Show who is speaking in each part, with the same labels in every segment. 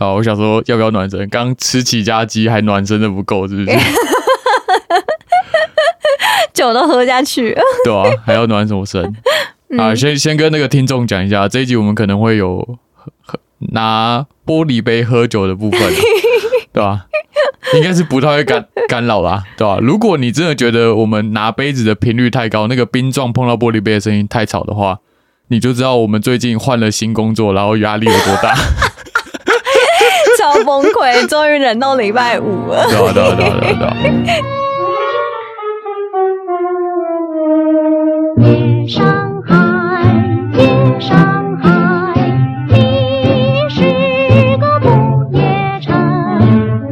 Speaker 1: 好，我想说要不要暖身？刚吃起家鸡还暖身的不够，是不是？
Speaker 2: 酒都喝下去 了。
Speaker 1: 对啊，还要暖什么身？啊，先先跟那个听众讲一下，这一集我们可能会有喝喝拿玻璃杯喝酒的部分，啊对吧、应该是不太会干干扰啦，对吧、如果你真的觉得我们拿杯子的频率太高，那个冰撞碰到玻璃杯的声音太吵的话，你就知道我们最近换了新工作，然后压力有多大，
Speaker 2: 超崩溃，终于忍到礼拜五了。
Speaker 1: 对吧、对吧、对吧、对啊吧、对吧、
Speaker 3: 夜上海，夜上海，你是个不夜城。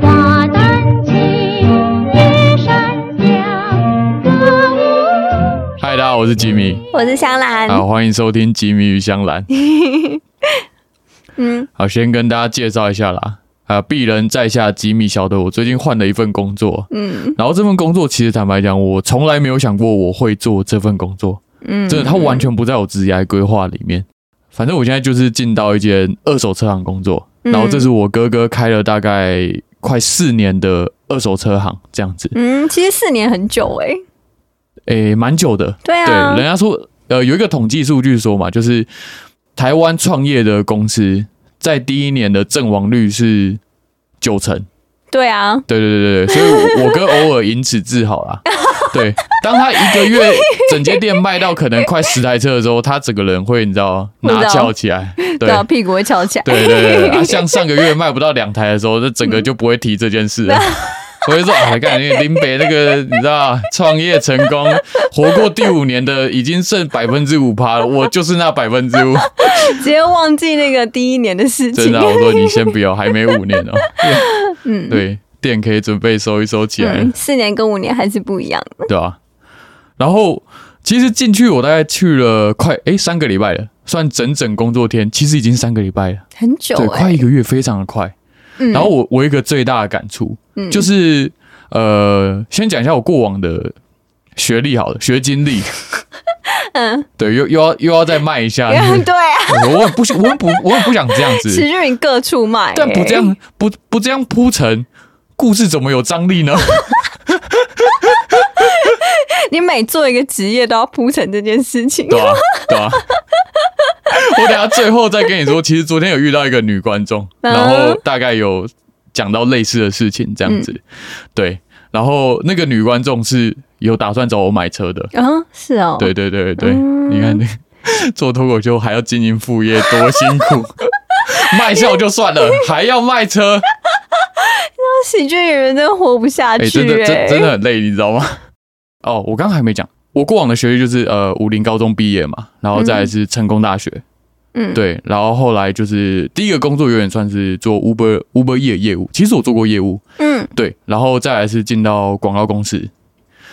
Speaker 3: 花淡尽，夜山乡，歌舞。
Speaker 1: 嗨，大家好，我是吉米，
Speaker 2: 我是香兰，
Speaker 1: 好，欢迎收听《吉米与香兰》。
Speaker 2: 嗯，
Speaker 1: 好，先跟大家介绍一下啦。啊，鄙人在下吉米小的，我最近换了一份工作。嗯，然后这份工作其实坦白讲，我从来没有想过我会做这份工作。嗯，真的，它完全不在我职业规划里面。反正我现在就是进到一间二手车行工作，然后这是我哥哥开了大概快四年的二手车行，这样子，
Speaker 2: 嗯，其实四年很久哎、
Speaker 1: 诶，蛮久的。
Speaker 2: 对
Speaker 1: 对，
Speaker 2: 啊，
Speaker 1: 人家说，呃，有一个统计数据说嘛，就是台湾创业的公司在第一年的阵亡率是九成。
Speaker 2: 对啊，
Speaker 1: 对对对对 对，所以我我哥偶尔因此自豪啦。对，当他一个月整间店卖到可能快十台车的时候，他整个人会你知 道
Speaker 2: 我知道
Speaker 1: 拿翘起来。对
Speaker 2: 对啊，屁股会翘起来。
Speaker 1: 对对对，对啊，像上个月卖不到两台的时候，这整个就不会提这件事了。所以说，哎，感觉林北那个你知道，创业成功，活过第五年的已经剩百分之五趴了，我就是那百分之五。
Speaker 2: 直接忘记那个第一年的事情。
Speaker 1: 真的啊、我说你先不要，还没五年哦。嗯，对，店可以准备收一收起来了。
Speaker 2: 嗯，四年跟五年还是不一样。
Speaker 1: 对啊。然后其实进去我大概去了快诶三个礼拜了，算整整工作天，其实已经三个礼拜了，
Speaker 2: 很久
Speaker 1: 对，
Speaker 2: 哎、
Speaker 1: 快一个月，非常的快。
Speaker 2: 嗯
Speaker 1: 然后我我有一个最大的感触、就是呃，先讲一下我过往的学历好了，学经 历。
Speaker 2: 嗯，
Speaker 1: 对，又又要又要再卖一 下，
Speaker 2: 对啊，
Speaker 1: 我很不喜，我很不我很不想这样 子，
Speaker 2: 持续各处卖、欸
Speaker 1: 但不这，样不不这样铺陈，故事怎么有张力呢？
Speaker 2: 你每做一个职业都要铺成这件事情。
Speaker 1: 对啊，对啊。 我等下最后再跟你说，其实昨天有遇到一个女观众，
Speaker 2: 嗯
Speaker 1: 然后大概有讲到类似的事情，这样子。
Speaker 2: 嗯
Speaker 1: 对，然后那个女观众是有打算找我买车的。
Speaker 2: 啊，是哦，
Speaker 1: 对对对对，
Speaker 2: 嗯
Speaker 1: 你看， 做脱口秀还要经营副业，多辛 苦。卖笑就算了，还要卖车，
Speaker 2: 喜剧演员真的活不下
Speaker 1: 哎、
Speaker 2: 去、
Speaker 1: 真的
Speaker 2: 哎、
Speaker 1: 真真的很累，你知道吗？哦，我刚刚还没讲，我过往的学历就是呃，武林高中毕业嘛，然后再来是成功大学，
Speaker 2: 嗯，
Speaker 1: 对，然后后来就是第一个工作有点算是做 Uber Uber 业业务，其实我做过业务，
Speaker 2: 嗯
Speaker 1: 对，然后再来是进到广告公司。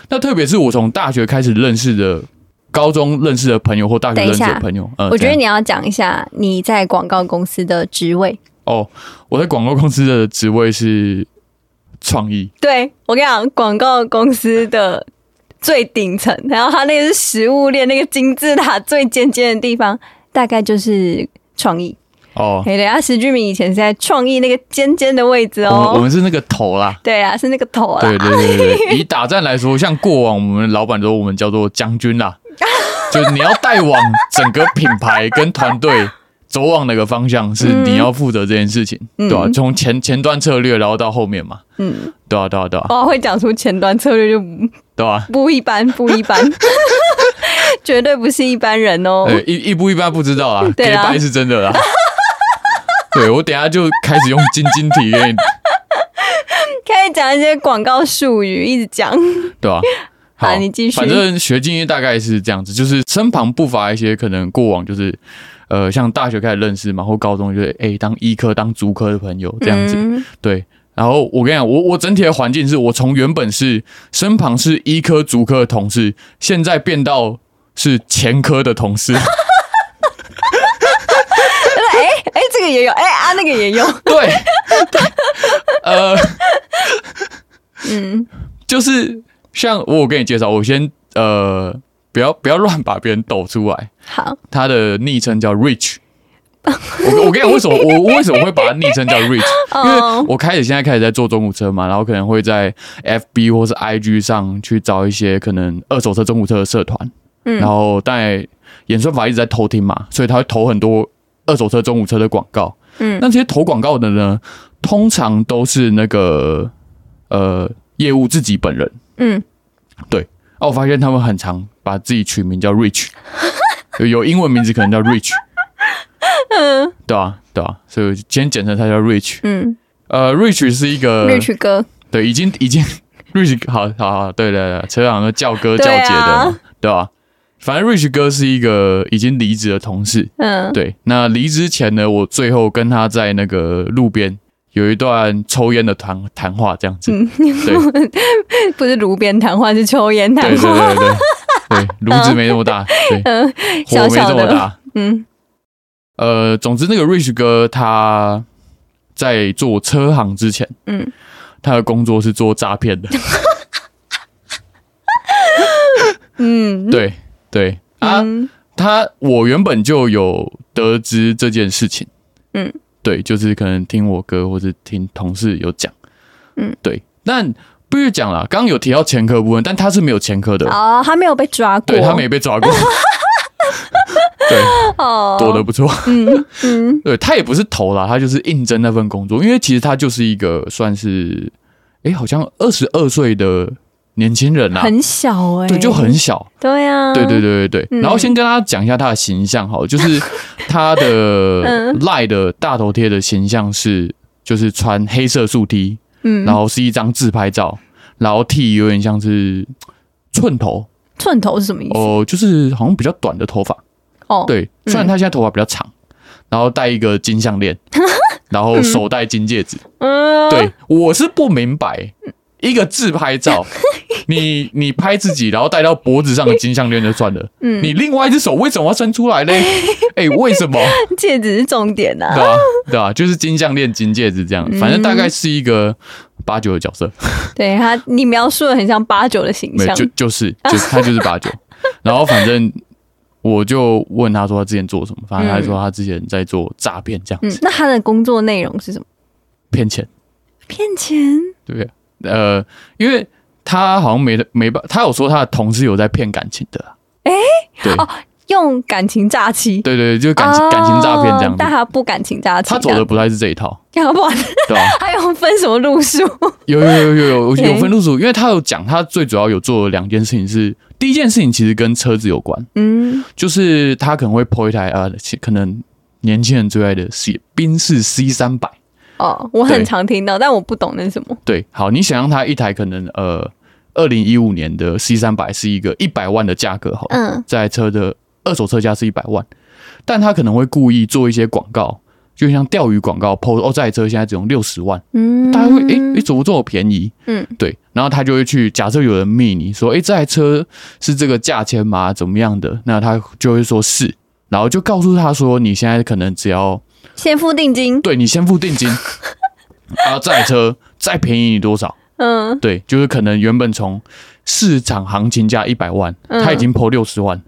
Speaker 1: 那特别是我从大学开始认识的，高中认识的朋友或大学
Speaker 2: 等一
Speaker 1: 认识
Speaker 2: 下
Speaker 1: 的朋友，嗯，
Speaker 2: 我觉
Speaker 1: 怎
Speaker 2: 得
Speaker 1: 样
Speaker 2: 你要讲一下你在广告公司的职位。
Speaker 1: 哦，我在广告公司的职位是创意，
Speaker 2: 对我跟你讲，广告公司的最顶层，然后它那个是食物链那个金字塔最尖尖的地方，大概就是创意。
Speaker 1: 哦，
Speaker 2: 哎、对啊，石俊明以前是在创意那个尖尖的位置
Speaker 1: 我们我
Speaker 2: 哦。
Speaker 1: 们是那个头啦，
Speaker 2: 对啊，是那个头啦
Speaker 1: 对。对对对 对，以打战来说，像过往我们老板都我们叫做将军 啦，就是你要带往整个品牌跟团队走往哪个方向，是你要负责这件事情，
Speaker 2: 嗯
Speaker 1: 对吧、啊从前前端策略，然后到后面嘛，
Speaker 2: 嗯，
Speaker 1: 对啊对啊对啊
Speaker 2: 哇，会讲出前端策略就不
Speaker 1: 对啊。
Speaker 2: 不 一般，不一般， 绝对不是一般人哦。
Speaker 1: 对，呃一一步一般不知道啦，
Speaker 2: 对
Speaker 1: 给
Speaker 2: 啊
Speaker 1: 白是真的 啦。对我等一下就开始用晶晶体给你，
Speaker 2: 可以讲一些广告术语，一直讲。
Speaker 1: 对 吧、
Speaker 2: 好你继续
Speaker 1: 反正学经历大概是这样子，就是身旁不乏一些可能过往就是，呃，像大学开始认识嘛，或高中就是诶、当医科、当足科的朋友这样子，
Speaker 2: 嗯
Speaker 1: 对。然后我跟你讲，我我整体的环境是我从原本是身旁是医科、足科的同事，现在变到是前科的同 事。
Speaker 2: 哎、这个也有，哎、啊，那个也有。
Speaker 1: 对， 对，呃，
Speaker 2: 嗯，
Speaker 1: 就是像我有跟你介绍，我先呃，不要不要乱把别人抖出来。
Speaker 2: 好，
Speaker 1: 他的昵称叫 Rich，我我 跟你讲，为什么我我为什么会把它昵称叫 Rich？因为
Speaker 2: 哦
Speaker 1: 我开始现在开始在做中古车嘛，然后可能会在 FB 或是 IG 上去找一些可能二手车、中古车的社团，
Speaker 2: 嗯
Speaker 1: 然后但演算法一直在偷听嘛，所以他会投很多二手车、中古车的广告。
Speaker 2: 嗯
Speaker 1: 那这些投广告的呢，通常都是那个呃业务自己本人。
Speaker 2: 嗯，
Speaker 1: 哦，我发现他们很常把自己取名叫 Rich，有有英文名字可能叫 Rich，嗯，对啊，对啊，所以我今天简称他叫 Rich。
Speaker 2: 嗯
Speaker 1: 呃，Rich 是一个
Speaker 2: ，Rich 哥，
Speaker 1: 对，已经已经 Rich 好好好，对对对，车长都叫哥叫
Speaker 2: 对
Speaker 1: 姐的
Speaker 2: 啊
Speaker 1: 嘛，对吧、反正 Rich 哥是一个已经离职的同事，
Speaker 2: 嗯，
Speaker 1: 对，那离职前呢，我最后跟他在那个路边有一段抽烟的谈谈话，这样子，对，
Speaker 2: 不是炉边谈话，是抽烟谈
Speaker 1: 对对
Speaker 2: 话，
Speaker 1: 对对对，炉子没那么大，对，
Speaker 2: 嗯，
Speaker 1: 火
Speaker 2: 小
Speaker 1: 没这
Speaker 2: 小
Speaker 1: 么
Speaker 2: 的，
Speaker 1: 大。
Speaker 2: 嗯
Speaker 1: 呃，总之那个 Rich 哥他在做车行之前，
Speaker 2: 嗯，
Speaker 1: 他的工作是做诈骗的，
Speaker 2: 嗯
Speaker 1: 对对啊，
Speaker 2: 嗯
Speaker 1: 他我原本就有得知这件事情，
Speaker 2: 嗯，
Speaker 1: 对，就是可能听我哥或是听同事有讲，
Speaker 2: 嗯，
Speaker 1: 对，但不是讲啦，刚刚有提到前科部分，但他是没有前科的，
Speaker 2: 哦，他没有被抓过，
Speaker 1: 对他没被抓 过，对，
Speaker 2: 哦，
Speaker 1: 躲得不错，
Speaker 2: 嗯嗯
Speaker 1: 对他也不是投啦，他就是应征那份工作，因为其实他就是一个算是，诶，好像二十二岁的年轻人啦、
Speaker 2: 很小哎，
Speaker 1: 对，就很小，
Speaker 2: 对啊，
Speaker 1: 对对，对对对。
Speaker 2: 嗯
Speaker 1: 然后先跟大家讲一下他的形象好了，就是他 的
Speaker 2: 嗯
Speaker 1: 赖的大头贴的形象是，就是穿黑色素 T，
Speaker 2: 嗯，
Speaker 1: 然后是一张自拍照，然后 T 有点像是寸头
Speaker 2: 寸头是什么意思？
Speaker 1: 哦、就是好像比较短的头发，
Speaker 2: 哦，
Speaker 1: 对，虽然他现在头发比较长，然后戴一个金项 链，然后手戴金戒指。
Speaker 2: 嗯，
Speaker 1: 对，我是不明白，一个自拍 照，你你拍自己，然后戴到脖子上的金项链就算了，
Speaker 2: 嗯
Speaker 1: 你另外一只手为什么要伸出 来嘞？哎、为什么？
Speaker 2: 戒指是重点啊
Speaker 1: 对
Speaker 2: 呐，
Speaker 1: 吧、对吧、就是金项链、金戒指这
Speaker 2: 嗯
Speaker 1: 样，反正大概是一个八九的角色，
Speaker 2: 对他，你描述的很像八九的形
Speaker 1: 没有
Speaker 2: 象
Speaker 1: 就，就是 就是他就是八九，然后反正。我就问他说他之前做什么，反正他说他之前在做诈骗，这样
Speaker 2: 嗯，那他的工作内容是什么？
Speaker 1: 骗钱。
Speaker 2: 骗钱，
Speaker 1: 对，呃，因为他好像没没办，他有说他的同事有在骗感情的啊，对
Speaker 2: 哦用感情诈欺，
Speaker 1: 对对，对就是感情、感情诈骗这样
Speaker 2: 哦但
Speaker 1: 子，
Speaker 2: 他不感情诈欺，
Speaker 1: 他走 的不太是这一套，
Speaker 2: 这样，要不然
Speaker 1: 对吧、
Speaker 2: 他用分什么路数？
Speaker 1: 有有有有有有
Speaker 2: 对
Speaker 1: 分路数，因为他有讲他最主要有做的两件事情是，第一件事情其实跟车子有关，
Speaker 2: 嗯
Speaker 1: 就是他可能会 po 一台呃，其可能年轻人最爱的是宾士 C 三百，
Speaker 2: 哦，我
Speaker 1: 对
Speaker 2: 很常听到，但我不懂那是什么。
Speaker 1: 对，好，你想象他一台可能呃。二零一五年的 C 三百是一个一百万的价格，好了，
Speaker 2: 嗯
Speaker 1: 这台车的二手车价是一百万，但他可能会故意做一些广告，就像钓鱼广告，PO 哦，这台车现在只用六十万，
Speaker 2: 嗯，
Speaker 1: 大家会诶，诶怎么这么便宜？
Speaker 2: 嗯，
Speaker 1: 对，然后他就会去假设有人密你说，诶，这台车是这个价钱吗？怎么样的？那他就会说是，然后就告诉他说，你现在可能只要
Speaker 2: 先付定金，
Speaker 1: 对你先付定 金，然后这台车再便宜你多少？
Speaker 2: 嗯
Speaker 1: 对，就是可能原本从市场行情价一百万，
Speaker 2: 嗯
Speaker 1: 他已经抛六十万，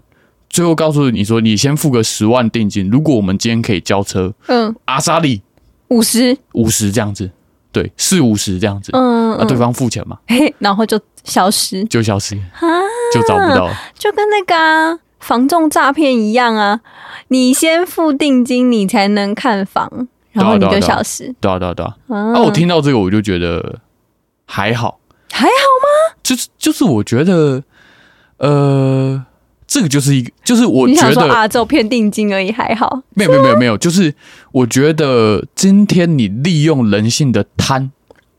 Speaker 1: 最后告诉你说你先付个十万定金，如果我们今天可以交车，
Speaker 2: 嗯，
Speaker 1: 阿莎利
Speaker 2: 五十，
Speaker 1: 五十这样子，对，四五十这样子，
Speaker 2: 嗯，
Speaker 1: 那、啊对
Speaker 2: 嗯
Speaker 1: 方付钱嘛，
Speaker 2: 嘿，然后就消失，
Speaker 1: 就消失，
Speaker 2: 啊
Speaker 1: 就找不到了，
Speaker 2: 就跟那个啊房仲诈骗一样啊，你先付定金，你才能看房，然后
Speaker 1: 对
Speaker 2: 你
Speaker 1: 啊对啊
Speaker 2: 就
Speaker 1: 对啊
Speaker 2: 消失。
Speaker 1: 对啊对啊对啊。
Speaker 2: 嗯
Speaker 1: 啊，我听到这个我就觉得还好，
Speaker 2: 还好，
Speaker 1: 就是就是我觉得，呃，这个就是一个，就是我
Speaker 2: 你
Speaker 1: 觉
Speaker 2: 想说
Speaker 1: 得
Speaker 2: 啊，只有骗定金而已，还好。
Speaker 1: 没有没有没有没有，就是我觉得今天你利用人性的贪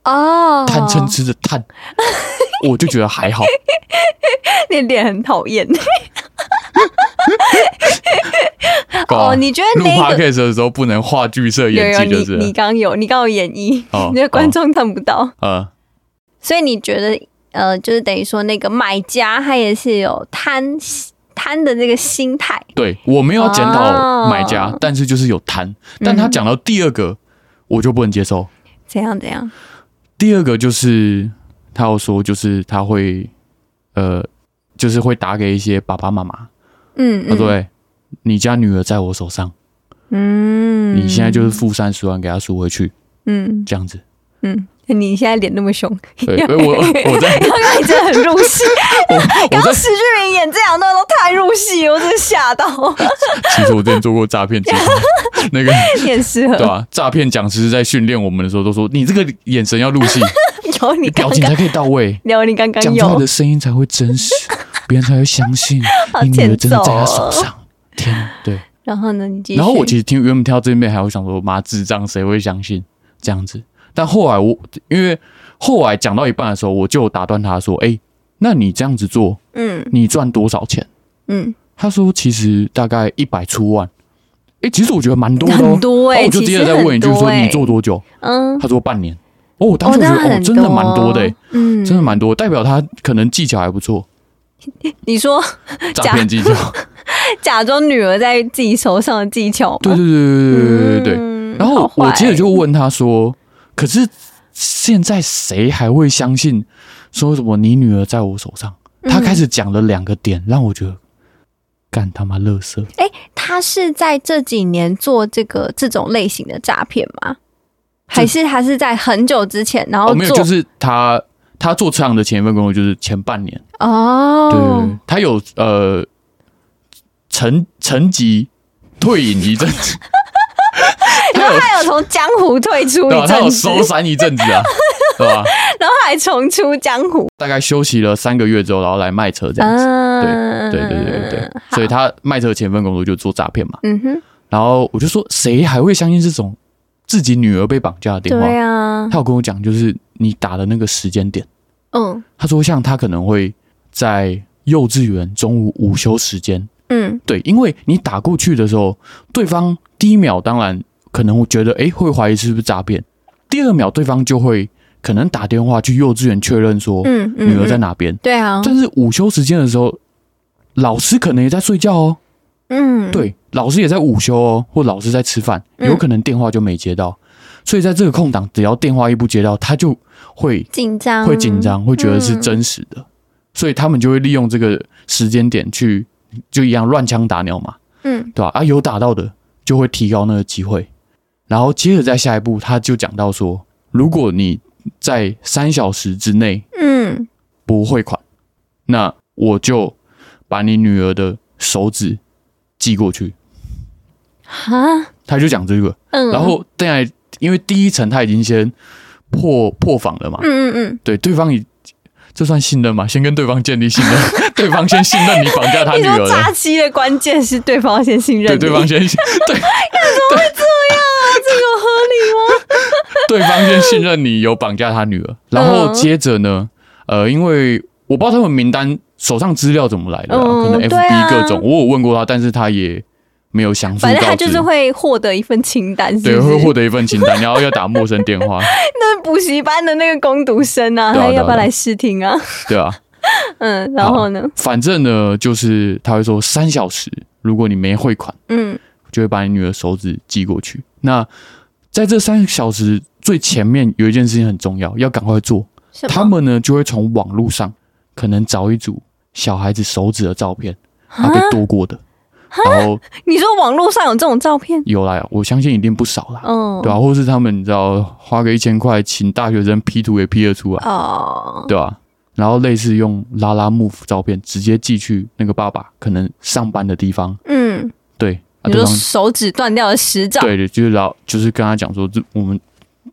Speaker 2: 哦，
Speaker 1: 贪嗔痴的贪，我就觉得 还好。
Speaker 2: 哦你脸很讨厌
Speaker 1: 搞
Speaker 2: 哦。你觉得
Speaker 1: 啊录
Speaker 2: 那个
Speaker 1: podcast 的时候不能话剧社
Speaker 2: 有
Speaker 1: 演
Speaker 2: 有
Speaker 1: 技，就
Speaker 2: 你你
Speaker 1: 是
Speaker 2: 刚有你刚有演绎
Speaker 1: 哦，
Speaker 2: 你的观众看不到，
Speaker 1: 呃，
Speaker 2: 所以你觉得呃，就是等于说那个买家他也是有贪贪的这个心态，
Speaker 1: 对我没有要检讨
Speaker 2: 哦嗯
Speaker 1: 买家，但是就是有贪。但他讲到第二个，我就不能接受。
Speaker 2: 怎样怎样？
Speaker 1: 第二个就是他有说，就是他会呃，就是会打给一些爸爸妈妈，
Speaker 2: 嗯
Speaker 1: 他说：“哎
Speaker 2: 嗯
Speaker 1: 哎，你家女儿在我手上，
Speaker 2: 嗯，
Speaker 1: 你现在就是付三十万给他赎回去，
Speaker 2: 嗯
Speaker 1: 这样子。
Speaker 2: 嗯，你现在脸那么凶，
Speaker 1: 对，因为我我 在
Speaker 2: 刚刚你真的很入戏，
Speaker 1: 我
Speaker 2: 刚
Speaker 1: 我在
Speaker 2: 刚，石俊明演这两段都太入戏了，我真的吓到，
Speaker 1: 其实我之前做过诈骗节目，那个
Speaker 2: 你很适 合
Speaker 1: 对。吧、啊诈骗讲师在训练我们的时候都说，你这个眼神要入 戏，
Speaker 2: 有
Speaker 1: 你
Speaker 2: 你刚
Speaker 1: 表情才
Speaker 2: 刚，
Speaker 1: 可以到 位，
Speaker 2: 有你刚刚
Speaker 1: 讲出来
Speaker 2: 有
Speaker 1: 的，声音才会真 实，别人才会相信
Speaker 2: 好
Speaker 1: 你女儿真的在他
Speaker 2: 欠揍
Speaker 1: 手
Speaker 2: 哦
Speaker 1: 上。天啊，对。
Speaker 2: 然后呢，你继续。
Speaker 1: 然后我其实听原本听到这边还会想说，妈智障谁会相信这样子？但后来我因为后来讲到一半的时候，我就打断他说：“哎、那你这样子做，
Speaker 2: 嗯
Speaker 1: 你赚多少钱
Speaker 2: 嗯，？”
Speaker 1: 他说：“其实大概一百出万。哎，其实我觉得蛮多的、哦，
Speaker 2: 很多
Speaker 1: 然
Speaker 2: 欸
Speaker 1: 后我就
Speaker 2: 其
Speaker 1: 接
Speaker 2: 实
Speaker 1: 着再问一句
Speaker 2: 很多
Speaker 1: 说：“
Speaker 2: 欸
Speaker 1: 你做多久？”
Speaker 2: 嗯，
Speaker 1: 他说：“半年。”哦，我当时我觉
Speaker 2: 那
Speaker 1: 得哦，
Speaker 2: 很
Speaker 1: 真的蛮多的、欸，
Speaker 2: 嗯，
Speaker 1: 真的蛮多，代表他可能技巧还不错，
Speaker 2: 你说
Speaker 1: 诈骗技巧。
Speaker 2: 假装女儿在自己手上的技巧吗？
Speaker 1: 对对对对对对对对。
Speaker 2: 嗯
Speaker 1: 然后
Speaker 2: 好
Speaker 1: 我
Speaker 2: 坏
Speaker 1: 接着就问他说：“可是现在谁还会相信说什么你女儿在我手上？”
Speaker 2: 嗯
Speaker 1: 他开始讲了两个点，让我觉得干他妈乐色。
Speaker 2: 他是在这几年做这个这种类型的诈骗吗？还是他是在很久之前，然后
Speaker 1: 哦，没有，就
Speaker 2: 做
Speaker 1: 是他他做车行的前一份工作就是前半年，
Speaker 2: 哦
Speaker 1: 对对对，他有呃成成级退隐一阵子， 他有
Speaker 2: 他有从江湖退出
Speaker 1: 对吧、
Speaker 2: 一
Speaker 1: 他有
Speaker 2: 阵子，
Speaker 1: 收山一阵子啊，对吧、
Speaker 2: 然后还重出江湖。
Speaker 1: 大概休息了三个月之后，然后来卖 车这样子。
Speaker 2: 嗯，
Speaker 1: 对对对对对，
Speaker 2: 好
Speaker 1: 所以他卖车前份工作就做诈骗嘛。
Speaker 2: 嗯哼，
Speaker 1: 然后我就说，谁还会相信这种自己女儿被绑架的电话？
Speaker 2: 对啊，
Speaker 1: 他有跟我讲，就是你打的那个时间点。
Speaker 2: 嗯
Speaker 1: 他说，像他可能会在幼稚园中午午休时间，
Speaker 2: 嗯
Speaker 1: 对，因为你打过去的时候，对方第一秒当然可能会觉得，诶，会怀疑是不是诈骗；第二秒，对方就会可能打电话去幼稚园确认说
Speaker 2: 嗯嗯，
Speaker 1: 女儿在？哪边。
Speaker 2: 对啊，
Speaker 1: 但是午休时间的时候，老师可能也在睡觉哦。
Speaker 2: 嗯，
Speaker 1: 对，老师也在午休哦，或老师在吃饭，
Speaker 2: 嗯
Speaker 1: 有可能电话就没接到，所以在这个空档，只要电话一不接到，他就会
Speaker 2: 紧张
Speaker 1: 会紧张，会觉得是
Speaker 2: 嗯
Speaker 1: 真实的，所以他们就会利用这个时间点去，就一样乱枪打鸟嘛，
Speaker 2: 嗯
Speaker 1: 对吧、啊，有打到的就会提高那个机会，然后接着在下一步，他就讲到说，如果你在三小时之内
Speaker 2: 嗯
Speaker 1: 不汇款，那我就把你女儿的手指寄过去。
Speaker 2: 哈
Speaker 1: 他就讲这个，
Speaker 2: 嗯，
Speaker 1: 然后再来，因为第一层他已经先破破防了嘛，
Speaker 2: 嗯嗯嗯，
Speaker 1: 对，对方已这算信任嘛？先跟对方建立信任， 对方先信任你绑架他
Speaker 2: 你
Speaker 1: 女儿
Speaker 2: 说诈
Speaker 1: 了，
Speaker 2: 欺的关键是对方先信任
Speaker 1: 对，
Speaker 2: 你，
Speaker 1: 对方先对
Speaker 2: 这个合 理吗？
Speaker 1: 对方先信任你有绑架他女
Speaker 2: 嗯
Speaker 1: 儿，然后接着呢，呃，因为我不知道他们名单手上资料怎么来的啊、
Speaker 2: 嗯
Speaker 1: 可能
Speaker 2: 对啊
Speaker 1: FB 各种，我有问过他，但是他也没有详述
Speaker 2: 反正他
Speaker 1: 告
Speaker 2: 就是
Speaker 1: 知。
Speaker 2: 会获得一份清单，是不是
Speaker 1: 对，会获得一份清单，然后要打陌生电话，
Speaker 2: 那补习班的那个攻读生啊，
Speaker 1: 对啊
Speaker 2: 他要
Speaker 1: 对啊
Speaker 2: 不要
Speaker 1: 对啊
Speaker 2: 来试听啊？
Speaker 1: 对啊，
Speaker 2: 嗯，然后呢？
Speaker 1: 反正呢，就是他会说三小时，如果你没汇款，
Speaker 2: 嗯
Speaker 1: 就会把你女儿手指寄过去。那在这三小时最前面有一件事情很重要，要赶快做。
Speaker 2: 什么
Speaker 1: 他们呢就会从网络上可能找一组小孩子手指的照片，
Speaker 2: 啊
Speaker 1: 他被剁过的，然后
Speaker 2: 你说网络上有这种照片？
Speaker 1: 有来，我相信一定不少啦，
Speaker 2: 嗯，
Speaker 1: 啊对吧、或是他们你知道花个一千块请大学生 P 图也 P 得出来，
Speaker 2: 哦，
Speaker 1: 对吧、然后类似用拉拉木照片直接寄去那个爸爸可能上班的地方，
Speaker 2: 嗯，
Speaker 1: 对，啊、
Speaker 2: 你
Speaker 1: 对
Speaker 2: 说
Speaker 1: 方
Speaker 2: 手指断掉了十兆，
Speaker 1: 对对，就是老就是跟他讲说，这我们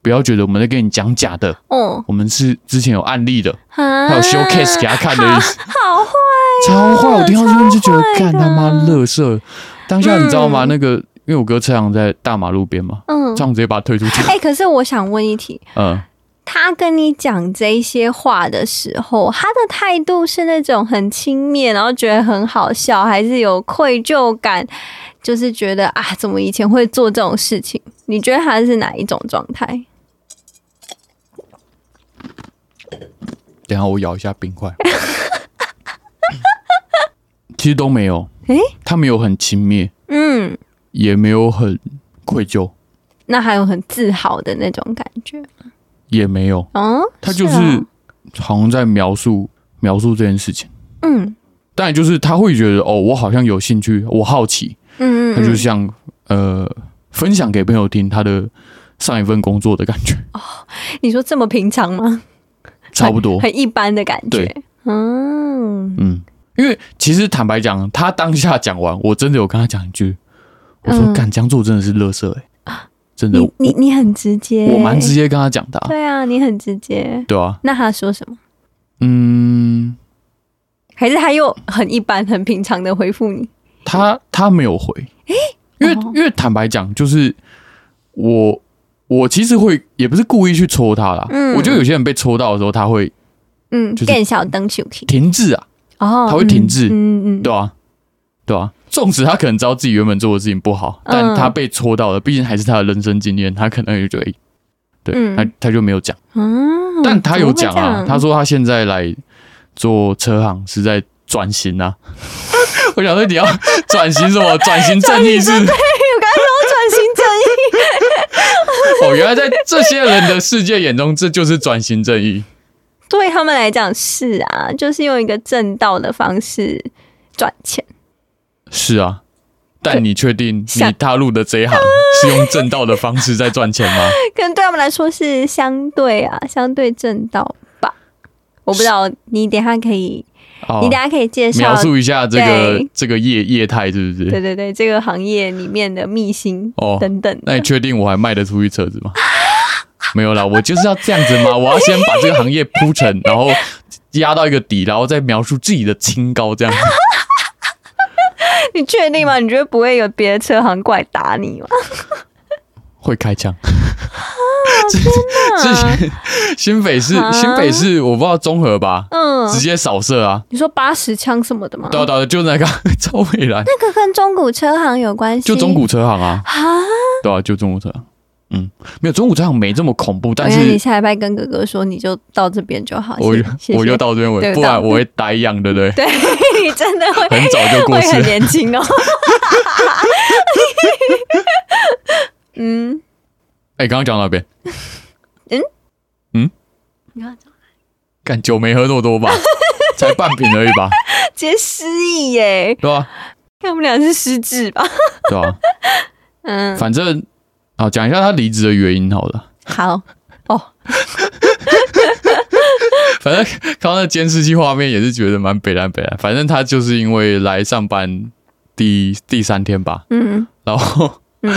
Speaker 1: 不要觉得我们在跟你讲假的，
Speaker 2: 嗯，
Speaker 1: 我们是之前有案例的，
Speaker 2: 啊
Speaker 1: 还有 showcase 给他看的意思，
Speaker 2: 好坏，
Speaker 1: 超坏！我听到这边就觉得
Speaker 2: 哦超坏，
Speaker 1: 干他妈
Speaker 2: 的
Speaker 1: 乐色！当下你知道吗？
Speaker 2: 嗯
Speaker 1: 那个因为我哥车行在大马路边嘛，
Speaker 2: 嗯
Speaker 1: 这，样直接把他推出去，
Speaker 2: 哎，可是我想问一题，
Speaker 1: 嗯，
Speaker 2: 他跟你讲这些话的时候，他的态度是那种很轻蔑，然后觉得很好笑，还是有愧疚感，就是觉得啊，怎么以前会做这种事情？你觉得他是哪一种状态？
Speaker 1: 等一下我咬一下冰块， 其实都没有，
Speaker 2: 诶
Speaker 1: 他没有很轻蔑，
Speaker 2: 嗯，
Speaker 1: 也没有很愧疚，
Speaker 2: 那还有很自豪的那种感觉。
Speaker 1: 也没有，
Speaker 2: 嗯，
Speaker 1: 他就是
Speaker 2: 哦
Speaker 1: 好像在描述描述这件事情。
Speaker 2: 嗯
Speaker 1: 当然就是他会觉得哦，我好像有兴趣，我好奇，
Speaker 2: 嗯嗯
Speaker 1: 他就
Speaker 2: 嗯，
Speaker 1: 像呃分享给朋友听他的上一份工作的感觉，
Speaker 2: 你说这么平常吗？
Speaker 1: 差不多
Speaker 2: 很，很一般的感觉
Speaker 1: 对。
Speaker 2: 嗯，
Speaker 1: 嗯，因为其实坦白讲，他当下讲完，我真的有跟他讲一句，我说
Speaker 2: 嗯啊
Speaker 1: 干江做真的是乐色哎，真的，
Speaker 2: 你你
Speaker 1: 我
Speaker 2: 你很直接，
Speaker 1: 我蛮直。接跟他讲的啊、
Speaker 2: 对啊，你很直接。
Speaker 1: 对啊，
Speaker 2: 那他说什么？
Speaker 1: 嗯，
Speaker 2: 还是他又很一般、很平常的回复你？
Speaker 1: 他他没有回，因为
Speaker 2: 哦
Speaker 1: 因为坦白讲，就是我我其实会也不是故意去戳他啦，
Speaker 2: 嗯
Speaker 1: 我觉得有些人被戳到的时候，他会
Speaker 2: 嗯，
Speaker 1: 就是
Speaker 2: 更小灯小 k
Speaker 1: 停滞啊，
Speaker 2: 哦，
Speaker 1: 他会停滞
Speaker 2: 嗯嗯嗯，
Speaker 1: 对啊，对啊。纵使他可能知道自己原本做的事情不好，
Speaker 2: 嗯
Speaker 1: 但他被戳到了，毕竟还是他的人生经验，他可能也觉得，哎对、
Speaker 2: 嗯
Speaker 1: 他他就没有讲，
Speaker 2: 嗯，
Speaker 1: 但他有讲
Speaker 2: 怎么
Speaker 1: 啊
Speaker 2: 会，这样
Speaker 1: 他说他现在来做车行是在转型啊。 我想说你要转型什么？转型正 义是？
Speaker 2: 我刚才说转型正义，
Speaker 1: 哦，原来在这些人的世界眼中，这就是转型正义。
Speaker 2: 对他们来讲是啊，就是用一个正道的方式赚钱。
Speaker 1: 是啊，但你确定
Speaker 2: 想
Speaker 1: 你踏入的这一行是用正道的方式在赚钱 吗？
Speaker 2: 可能对他们来说是相对啊，相对正道吧。我不知道，你等一下可以，
Speaker 1: 哦
Speaker 2: 你等一下可以介绍
Speaker 1: 描，述一下这个
Speaker 2: 对
Speaker 1: 这个业业态是不
Speaker 2: 对
Speaker 1: 是？
Speaker 2: 对对，这个行业里面的秘辛
Speaker 1: 哦
Speaker 2: 等等
Speaker 1: 那
Speaker 2: 的
Speaker 1: 你确定我还卖得出去车子吗？ 没有啦，我就是要这样子 嘛，我要先把这个行业铺成，然后压到一个底，然后再描述自己的清高 这样子。
Speaker 2: 你确定吗？你觉得不会有别的车行过来打你吗？
Speaker 1: 会开枪。 之前新北市
Speaker 2: 啊
Speaker 1: 新北市我不知道综合吧，
Speaker 2: 嗯，
Speaker 1: 直接扫射啊，
Speaker 2: 你说八十枪什么的吗？
Speaker 1: 对啊对啊，就那个 超未来，
Speaker 2: 这个跟中古车行有关系，
Speaker 1: 就中古车行啊，
Speaker 2: 啊。
Speaker 1: 对啊，就中古车行。嗯，没有中古车行没这么恐怖，
Speaker 2: 我
Speaker 1: 但
Speaker 2: 觉哎得你
Speaker 1: 是
Speaker 2: 下礼拜跟哥哥说，你就到这边就好。
Speaker 1: 我就
Speaker 2: 哦谢谢
Speaker 1: 我就到这边
Speaker 2: 对
Speaker 1: 为，不
Speaker 2: 到
Speaker 1: 然我会呆样，对不对？
Speaker 2: 对 你真的 会
Speaker 1: 很早就过
Speaker 2: 会
Speaker 1: 世
Speaker 2: 很年轻哦。 嗯，
Speaker 1: 哎，刚刚讲到哪边？嗯
Speaker 2: 你看
Speaker 1: 干酒没喝那么多吧，才半瓶而已吧，
Speaker 2: 直接失忆耶，
Speaker 1: 对吧？
Speaker 2: 看我们俩是失智吧？
Speaker 1: 对吧？
Speaker 2: 嗯，
Speaker 1: 反正啊，讲一下他离职的原因好了。
Speaker 2: 好哦，
Speaker 1: 反正看到那监视器画面也是觉得蛮北蓝北蓝。反正他就是因为来上班第第三天吧，
Speaker 2: 嗯，
Speaker 1: 然后 ？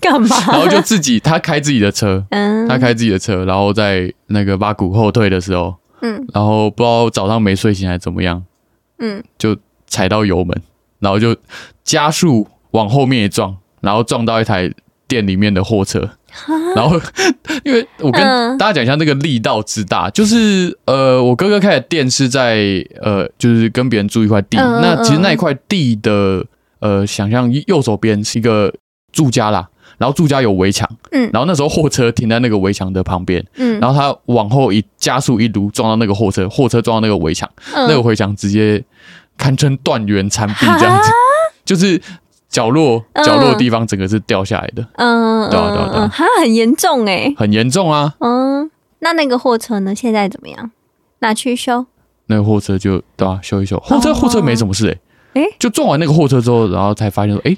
Speaker 2: 干嘛
Speaker 1: 然后就自己他开自己的车，
Speaker 2: 嗯
Speaker 1: 他开自己的车，然后在那个八股后退的时候，
Speaker 2: 嗯
Speaker 1: 然后不知道早上没睡醒还是怎么样，
Speaker 2: 嗯，
Speaker 1: 就踩到油门，然后就加速往后面一撞，然后撞到一台店里面的货车，然后因为我跟
Speaker 2: 嗯
Speaker 1: 大家讲一下那个力道之大，就是呃，我哥哥开的店是在呃，就是跟别人租一块地，
Speaker 2: 嗯嗯
Speaker 1: 那其实
Speaker 2: 嗯
Speaker 1: 那一块地的呃，想象右手边是一个住家啦。然后住家有围墙，
Speaker 2: 嗯
Speaker 1: 然后那时候货车停在那个围墙的旁边，
Speaker 2: 嗯，
Speaker 1: 然后他往后一加速一撸，撞到那个货车，货车撞到那个围墙，那个
Speaker 2: 嗯
Speaker 1: 围墙直接堪称断垣残壁这样子， 就是角落
Speaker 2: 嗯
Speaker 1: 角落地方整个是掉下来的，
Speaker 2: 嗯，
Speaker 1: 对啊对啊对啊
Speaker 2: 嗯哈，很严重哎，
Speaker 1: 很严重啊！
Speaker 2: 嗯，那那个货车呢？现在怎么样？拿去修？
Speaker 1: 那个货车就对啊，修一修，货车
Speaker 2: 哦
Speaker 1: 货车没什么事诶、
Speaker 2: 诶
Speaker 1: 就撞完那个货车之后，然后才发现说，诶，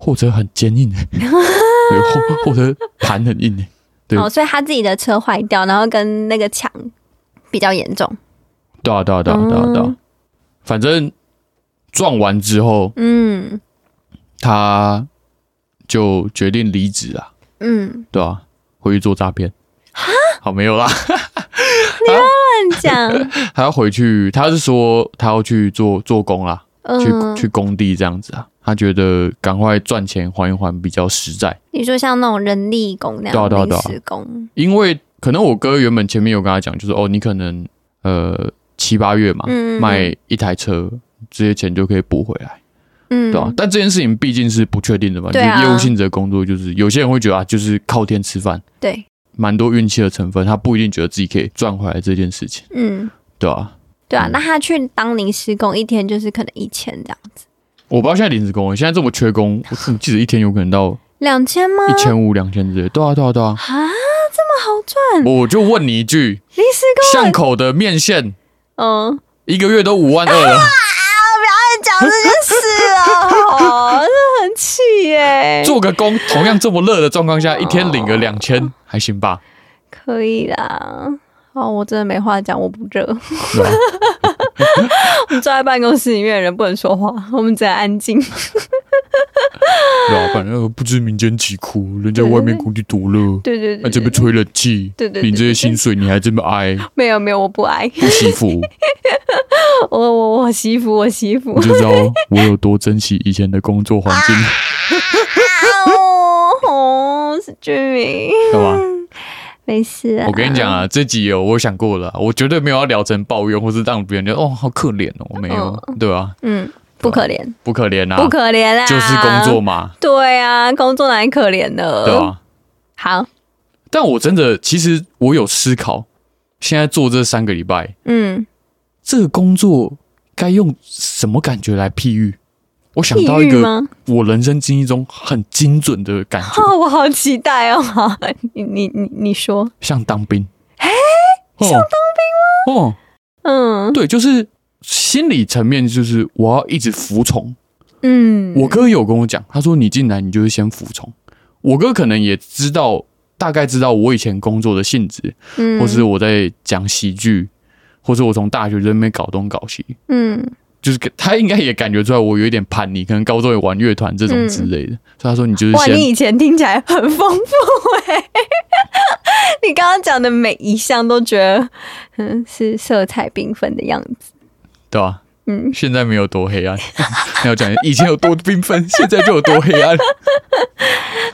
Speaker 1: 货车很坚硬、 欸，对货货车盘很硬、欸，对
Speaker 2: 哦，所以他自己的车坏掉，然后跟那个墙比较严重。
Speaker 1: 对啊对啊对啊对啊对啊
Speaker 2: 嗯，
Speaker 1: 反正撞完之后，
Speaker 2: 嗯
Speaker 1: 他就决定离职啊。
Speaker 2: 嗯，
Speaker 1: 对啊，回去做诈骗。好，没有啦，
Speaker 2: 乱讲，
Speaker 1: 他要回去，他是说他要去做做工啦，
Speaker 2: 嗯，
Speaker 1: 去去工地这样子啊。他觉得赶快赚钱还一还比较实在，
Speaker 2: 你说像那种人力工那
Speaker 1: 对啊
Speaker 2: 样
Speaker 1: 对啊对
Speaker 2: 临
Speaker 1: 啊
Speaker 2: 时工，
Speaker 1: 因为可能我哥原本前面有跟他讲，就是哦，你可能呃七八月嘛，
Speaker 2: 嗯嗯嗯
Speaker 1: 卖一台车，这些钱就可以补回来，
Speaker 2: 嗯，
Speaker 1: 对啊吧、但这件事情毕竟是不确定的嘛，就
Speaker 2: 对啊
Speaker 1: 是业务性质的工作，就是有些人会觉得啊，就是靠天吃饭，
Speaker 2: 对，
Speaker 1: 蛮多运气的成分，他不一定觉得自己可以赚回来这件事情，
Speaker 2: 嗯，
Speaker 1: 对吧、
Speaker 2: 对啊，
Speaker 1: 嗯
Speaker 2: 那他去当临时工一天就是可能一千这样，
Speaker 1: 我不知道现在临时工，现在这么缺工，我怎么记得一天有可 能到
Speaker 2: 两千吗？
Speaker 1: 一千五、两千之类。对啊，对啊，对啊。
Speaker 2: 啊，这么好赚，
Speaker 1: 我就问你一句，
Speaker 2: 临时
Speaker 1: 巷口的面线
Speaker 2: 工，嗯，啊
Speaker 1: 一个月都五万二了，
Speaker 2: 讲这件事了，这很气耶。
Speaker 1: 做个工，同样这么热的状况下，一天领个两
Speaker 2: 啊
Speaker 1: 千，还行吧？
Speaker 2: 可以啦。哦，我真的没话讲，我不热。
Speaker 1: 对吧
Speaker 2: 我 们坐在办公室里面的人不能说话，我们只能安静。
Speaker 1: 对吧？反正呃不知民间疾苦，人家外面工地多热，
Speaker 2: 对对
Speaker 1: 那
Speaker 2: 对
Speaker 1: 这边
Speaker 2: 对，
Speaker 1: 吹冷气，
Speaker 2: 对对对
Speaker 1: 领这些薪水你还这么挨，
Speaker 2: 没有没有，我不爱，
Speaker 1: 不惜福，
Speaker 2: 我我我媳妇，我媳妇
Speaker 1: 你。就知道我有多珍惜以前的工作环境，
Speaker 2: 啊哦哦，是居民，
Speaker 1: 对吧？
Speaker 2: 没事、啊。
Speaker 1: 我跟你讲 啊，这集有我想过了啊，我绝对没有要聊成抱怨，或是让别人觉得哦好可怜哦，我没有，对吧？
Speaker 2: 嗯，不可怜，
Speaker 1: 不可怜
Speaker 2: 不
Speaker 1: 啊，
Speaker 2: 可怜啦，
Speaker 1: 就是工作。嘛，
Speaker 2: 对啊，工作哪里可怜呢？
Speaker 1: 对啊吧？
Speaker 2: 好，
Speaker 1: 但我真的，其实我有思考，现在做这三个礼拜，
Speaker 2: 嗯，
Speaker 1: 这个工作该用什么感觉来譬喻？我想到一
Speaker 2: 抑郁
Speaker 1: 个
Speaker 2: 吗？
Speaker 1: 我人生经历中很精准的感觉，
Speaker 2: 哦，我好期待哦！ 好你你你你说，
Speaker 1: 像当兵。哎，像当兵吗？哦，
Speaker 2: 嗯
Speaker 1: 对，就是心理层面，就是我要一直服从。
Speaker 2: 嗯，
Speaker 1: 我哥有跟我讲，他说你进来你就是先服从。我哥可能也知道，大概知道我以前工作的性质，
Speaker 2: 嗯
Speaker 1: 或是我在讲喜剧，或是我从大学这边搞东搞西，
Speaker 2: 嗯
Speaker 1: 就是他应该也感觉出来我有一点叛逆，可能高中也玩乐团这种之类的，所以他说你就是
Speaker 2: 嗯哇，你
Speaker 1: 先
Speaker 2: 以前听起来很丰富哎、 你刚刚讲的每一项都觉得，嗯，是色彩缤纷的样子。
Speaker 1: 对吧、
Speaker 2: 嗯，
Speaker 1: 现在没有多黑暗，还有讲以前有多缤纷， 现在就有多黑暗。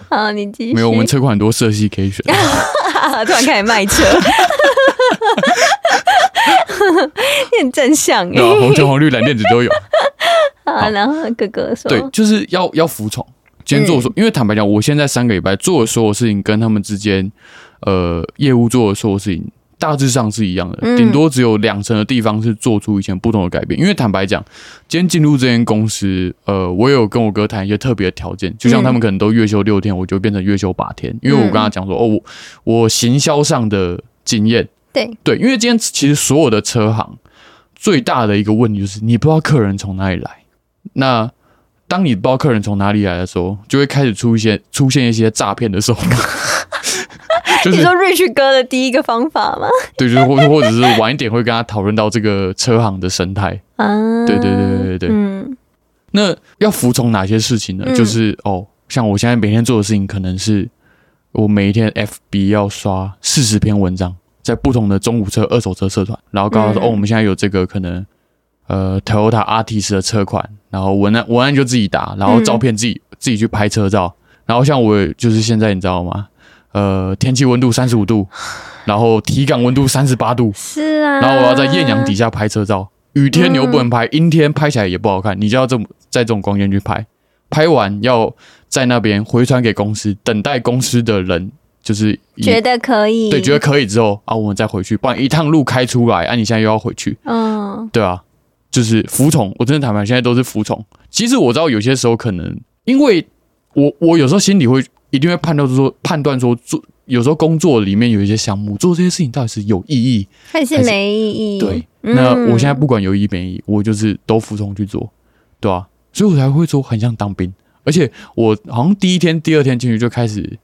Speaker 2: 好，你继续。啊
Speaker 1: 没有， 我们车库很多色系可以选。
Speaker 2: 突然开始卖车， 你很正向哎、
Speaker 1: 对啊，红橙黄绿蓝靛紫都有。
Speaker 2: 啊，然后哥哥说，
Speaker 1: 对，就是要要服从。今天做
Speaker 2: 嗯
Speaker 1: 所，因为坦白讲，我现在三个礼拜做的所有事情跟他们之间，呃，业务做的所有事情大致上是一样的，
Speaker 2: 嗯
Speaker 1: 顶多只有两成的地方是做出以前不同的改变。因为坦白讲，今天进入这间公司，呃，我有跟我哥谈一些特别的条件，就像
Speaker 2: 嗯
Speaker 1: 他们可能都月休六天，我就变成月休八天，因为我跟他讲说，哦，我我行销上的经验，
Speaker 2: 对，
Speaker 1: 对，因为今天其实所有的车行最大的一个问题就是你不知道客人从哪里来。那当你不知道客人从哪里来的时候，就会开始出一些出现一些诈骗的手法， 就
Speaker 2: 你
Speaker 1: 是
Speaker 2: 说 Rich 哥的第一个方法吗？
Speaker 1: 对，就是或或者是晚一点会跟他讨论到这个车行的生态。
Speaker 2: 啊，
Speaker 1: 对对对对对
Speaker 2: 嗯
Speaker 1: 那要服从哪些事情呢？
Speaker 2: 嗯
Speaker 1: 就是哦，像我现在每天做的事情，可能是我每一天 FB 要刷四十篇文章，在不同的中古车、二手车社团，然后告诉他说、
Speaker 2: 嗯
Speaker 1: 哦，我们现在有这个可能呃 Toyota Artis 的车款，然后文案文案就自己打，然后照片自己、
Speaker 2: 嗯
Speaker 1: 自己去拍车照，然后像我就是现在你知道吗？呃，天气温度三十五度，然后体感温度三十八度，
Speaker 2: 是啊。
Speaker 1: 然后我要在艳阳底下拍车照，雨天你又不能拍，阴天拍起来也不好看，你就要这么在这种光线去拍，拍完要在那边回传给公司，等待公司的人就是以
Speaker 2: 觉得可以，
Speaker 1: 对觉得可以之后啊，我们再回去，不然一趟路开出来，啊，你现在又要回去，
Speaker 2: 嗯
Speaker 1: 对啊，就是服从，我真的坦白，现在都是服从。其实我知道有些时候可能因为我我有时候心里会一定会判断说判断说做。有时候工作里面有一些项目，做这些事情到底是有意义，
Speaker 2: 还是
Speaker 1: 还是
Speaker 2: 没意义。
Speaker 1: 对，
Speaker 2: 嗯
Speaker 1: 那我现在不管有意没意，我就是都服从去做，对啊，所以我才会说很像当兵，而且我好像第一天、第二天进去就开始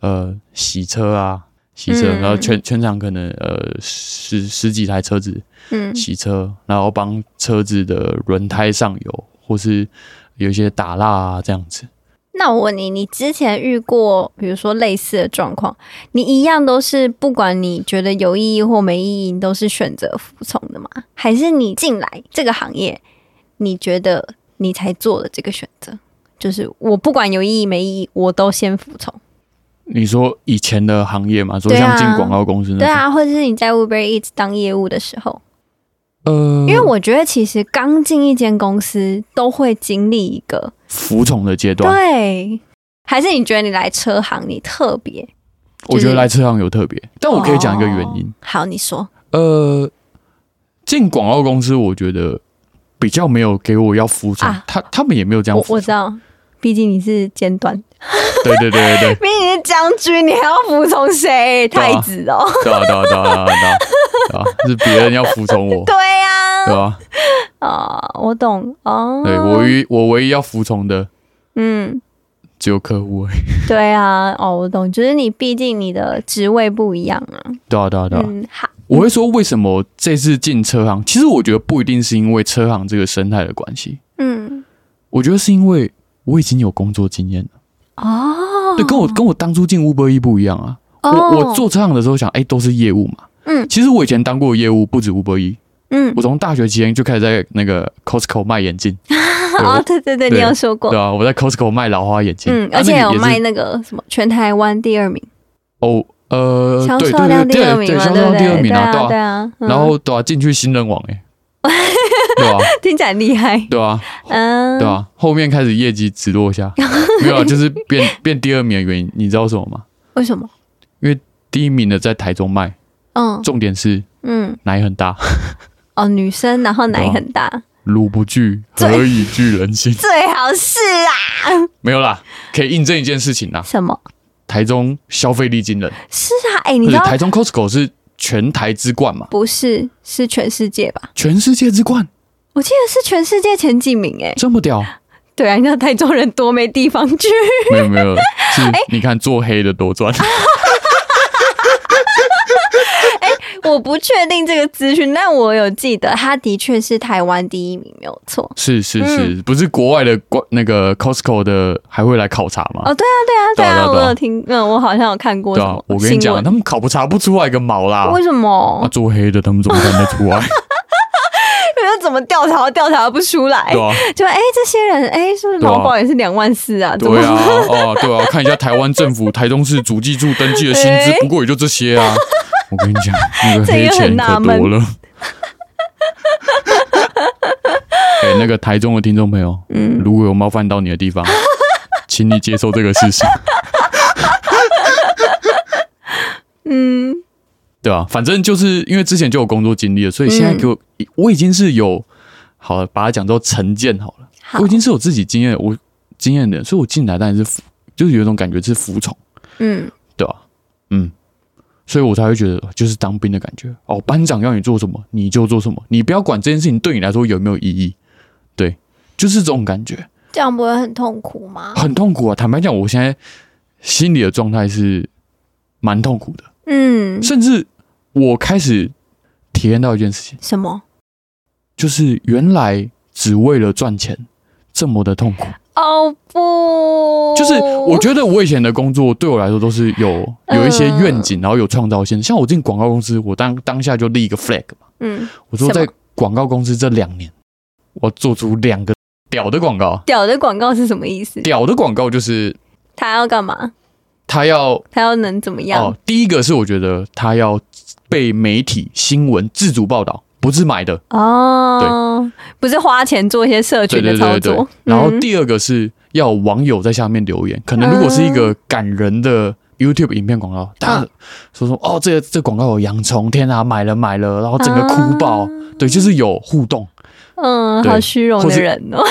Speaker 1: 呃洗车啊，洗车，
Speaker 2: 嗯
Speaker 1: 然后全全场可能呃十十几台车子
Speaker 2: 嗯
Speaker 1: 洗车，然后帮车子的轮胎上油，或是有一些打蜡啊这样子。
Speaker 2: 那我问你，你之前遇过比如说类似的状况，你一样都是不管你觉得有意义或没意义，你都是选择服从的吗？还是你进来这个行业，你觉得你才做了这个选择？就是我不管有意义没意义，我都先服从。
Speaker 1: 你说以前的行业嘛，说
Speaker 2: 对
Speaker 1: 像
Speaker 2: 啊
Speaker 1: 进广告公司那
Speaker 2: 对
Speaker 1: 种，
Speaker 2: 啊，或者是你在 Uber Eats 当业务的时候，
Speaker 1: 呃，
Speaker 2: 因为我觉得其实刚进一间公司都会经历一个
Speaker 1: 服从的阶段，
Speaker 2: 对，还是你觉得你来车行你特别？
Speaker 1: 我觉
Speaker 2: 就
Speaker 1: 得
Speaker 2: 是
Speaker 1: 来车行有特别，但我可以讲一个原因。
Speaker 2: 哦好，你说，
Speaker 1: 呃，进广告公司，我觉得比较没有给我要服从，
Speaker 2: 啊
Speaker 1: 他他们也没有这样
Speaker 2: 我
Speaker 1: 服
Speaker 2: 我知
Speaker 1: 从。
Speaker 2: 道，毕竟你是尖端，
Speaker 1: 对对对对对，
Speaker 2: 毕竟你是将军，你还要服从谁？
Speaker 1: 对啊
Speaker 2: 太子哦，
Speaker 1: 对啊对啊对啊对啊对啊，对啊是别人要服从我，
Speaker 2: 对呀、
Speaker 1: 对吧、
Speaker 2: 啊、我懂哦。
Speaker 1: 对我唯我唯一要服从的
Speaker 2: 嗯，
Speaker 1: 只有客户而已。
Speaker 2: 对啊，哦，我懂，就是你毕竟你的职位不一样啊。
Speaker 1: 对啊，对啊，对啊。
Speaker 2: 嗯，好，
Speaker 1: 我会说，为什么这次进车行？其实我觉得不一定是因为车行这个生态的关系，
Speaker 2: 嗯，
Speaker 1: 我觉得是因为我已经有工作经验了。
Speaker 2: 哦，
Speaker 1: 对，跟我跟我当初进 Uber E 不一样啊。
Speaker 2: 哦
Speaker 1: 我我做车行的时候想，哎、都是业务嘛。
Speaker 2: 嗯
Speaker 1: 其实我以前当过业务，不止 Uber E。
Speaker 2: 嗯，
Speaker 1: 我从大学期间就开始在那个 Costco 卖眼 镜，对
Speaker 2: 哦
Speaker 1: 我，
Speaker 2: 对对对，
Speaker 1: 对
Speaker 2: 你有说过
Speaker 1: 对，啊，我在 Costco 卖老花眼镜，
Speaker 2: 嗯，
Speaker 1: 啊
Speaker 2: 而且
Speaker 1: 那
Speaker 2: 有
Speaker 1: 个也是
Speaker 2: 卖那个什么全台湾第二名，
Speaker 1: 哦，呃，
Speaker 2: 销
Speaker 1: 对
Speaker 2: 售
Speaker 1: 对
Speaker 2: 量
Speaker 1: 对
Speaker 2: 第二
Speaker 1: 对
Speaker 2: 名
Speaker 1: 对，
Speaker 2: 嘛，
Speaker 1: 销售
Speaker 2: 对不
Speaker 1: 量第二
Speaker 2: 对？
Speaker 1: 名
Speaker 2: 对
Speaker 1: 啊，对
Speaker 2: 啊，对
Speaker 1: 啊，
Speaker 2: 啊，嗯
Speaker 1: 然后对啊，进去新人网 哎，对啊，
Speaker 2: 听起来很厉害，
Speaker 1: 对啊，
Speaker 2: 嗯，
Speaker 1: 对啊，后面开始业绩直落 下，没有啊，就是变变第二名的原因，你知道什么吗？
Speaker 2: 为什么？
Speaker 1: 第一名的在台中卖，
Speaker 2: 嗯
Speaker 1: 重点是
Speaker 2: 嗯，
Speaker 1: 奶很大，
Speaker 2: 哦，女生然后奶
Speaker 1: 对啊
Speaker 2: 很大，
Speaker 1: 乳不惧，何以惧人心？
Speaker 2: 最好是啊，
Speaker 1: 没有啦，可以印证一件事情啦，
Speaker 2: 什么？
Speaker 1: 台中消费力惊人，
Speaker 2: 是啊，哎，
Speaker 1: 不
Speaker 2: 你知
Speaker 1: 是
Speaker 2: 道
Speaker 1: 台中 Costco 是全台之冠嘛，
Speaker 2: 不是是全世界吧？
Speaker 1: 全世界之冠，
Speaker 2: 我记得是全世界前几名，哎，
Speaker 1: 这么 屌？
Speaker 2: 对啊，你知道台中人多没地方去，
Speaker 1: 没有没有，是
Speaker 2: 哎
Speaker 1: 你看做黑的多赚。
Speaker 2: 嗯我不确定这个资讯，但我有记得他的确是台湾第一名，没有错。
Speaker 1: 是是是，
Speaker 2: 嗯
Speaker 1: 不是国外的关那个 Costco 的还会来考察吗？
Speaker 2: 哦，对啊，对啊，对
Speaker 1: 对啊
Speaker 2: 啊，
Speaker 1: 对啊
Speaker 2: 我有听，嗯，我好像有看过
Speaker 1: 对
Speaker 2: 什
Speaker 1: 啊
Speaker 2: 么，
Speaker 1: 我跟你
Speaker 2: 新
Speaker 1: 讲，
Speaker 2: 闻。
Speaker 1: 他们考不查不出来个毛啦。
Speaker 2: 为什
Speaker 1: 啊，
Speaker 2: 么？
Speaker 1: 做黑的他们怎么看得出来？
Speaker 2: 因为怎么调查都调查不出来
Speaker 1: 对？啊，
Speaker 2: 就 哎，这些人哎，是不是
Speaker 1: 对啊
Speaker 2: 劳保也是两万四啊？怎么
Speaker 1: 对啊，哦，对 啊，看一下台湾政府台中市主计处登记的薪资
Speaker 2: 哎，
Speaker 1: 不过也就这些啊。我跟你讲，那个
Speaker 2: 这也
Speaker 1: 黑
Speaker 2: 很
Speaker 1: 钱
Speaker 2: 纳
Speaker 1: 可
Speaker 2: 闷
Speaker 1: 多了。 哎，那个台中的听众朋友，
Speaker 2: 嗯
Speaker 1: 如果有冒犯到你的地 方，请你接受这个事实。
Speaker 2: 嗯
Speaker 1: 对啊，反正就是因为之前就有工作经历了，所以现
Speaker 2: 嗯
Speaker 1: 在给我、我已经是有好了，把它讲做成见好了。
Speaker 2: 好
Speaker 1: 我已经是有自己经验，我经验的人，所以我进来当然是服，就是有一种感觉是服从，
Speaker 2: 嗯
Speaker 1: 对吧、嗯，所以我才会觉得就是当兵的感觉。哦，班长要你做什么你就做什么，你不要管这件事情对你来说有没有意义。对，就是这种感觉，
Speaker 2: 这样不会很痛苦吗？
Speaker 1: 很痛苦啊！坦白讲，我现在心里的状态是蛮痛苦的，
Speaker 2: 嗯，
Speaker 1: 甚至我开始体验到一件事情。
Speaker 2: 什么？
Speaker 1: 就是原来只为了赚钱这么的痛苦。
Speaker 2: 哦不，
Speaker 1: 就是我觉得我以前的工作对我来说都是有
Speaker 2: 哦嗯
Speaker 1: 有一些愿景，然后有创造性。像我进广告公司，我当当下就立一个 flag 嘛，
Speaker 2: 嗯，
Speaker 1: 我说
Speaker 2: 什么
Speaker 1: 在广告公司这两年，我要做出两个屌的广告。
Speaker 2: 屌的广告是什么意思？
Speaker 1: 屌的广告就是
Speaker 2: 他要干嘛？
Speaker 1: 它要
Speaker 2: 他要能怎么样？
Speaker 1: 哦，第一个是我觉得它要被媒体新闻自主报道，不是买的。
Speaker 2: 哦，不是花钱做一些社群的操作，
Speaker 1: 然后
Speaker 2: 嗯
Speaker 1: 第二个是要有网友在下面留言，可能如果是一个感人的 YouTube 影片广告，大
Speaker 2: 嗯
Speaker 1: 家说说哦，这个这广告有洋葱，天啊，买了买了，然后整个哭爆，
Speaker 2: 啊
Speaker 1: 对，就是有互动，
Speaker 2: 嗯，
Speaker 1: 对
Speaker 2: 好虚荣的人哦，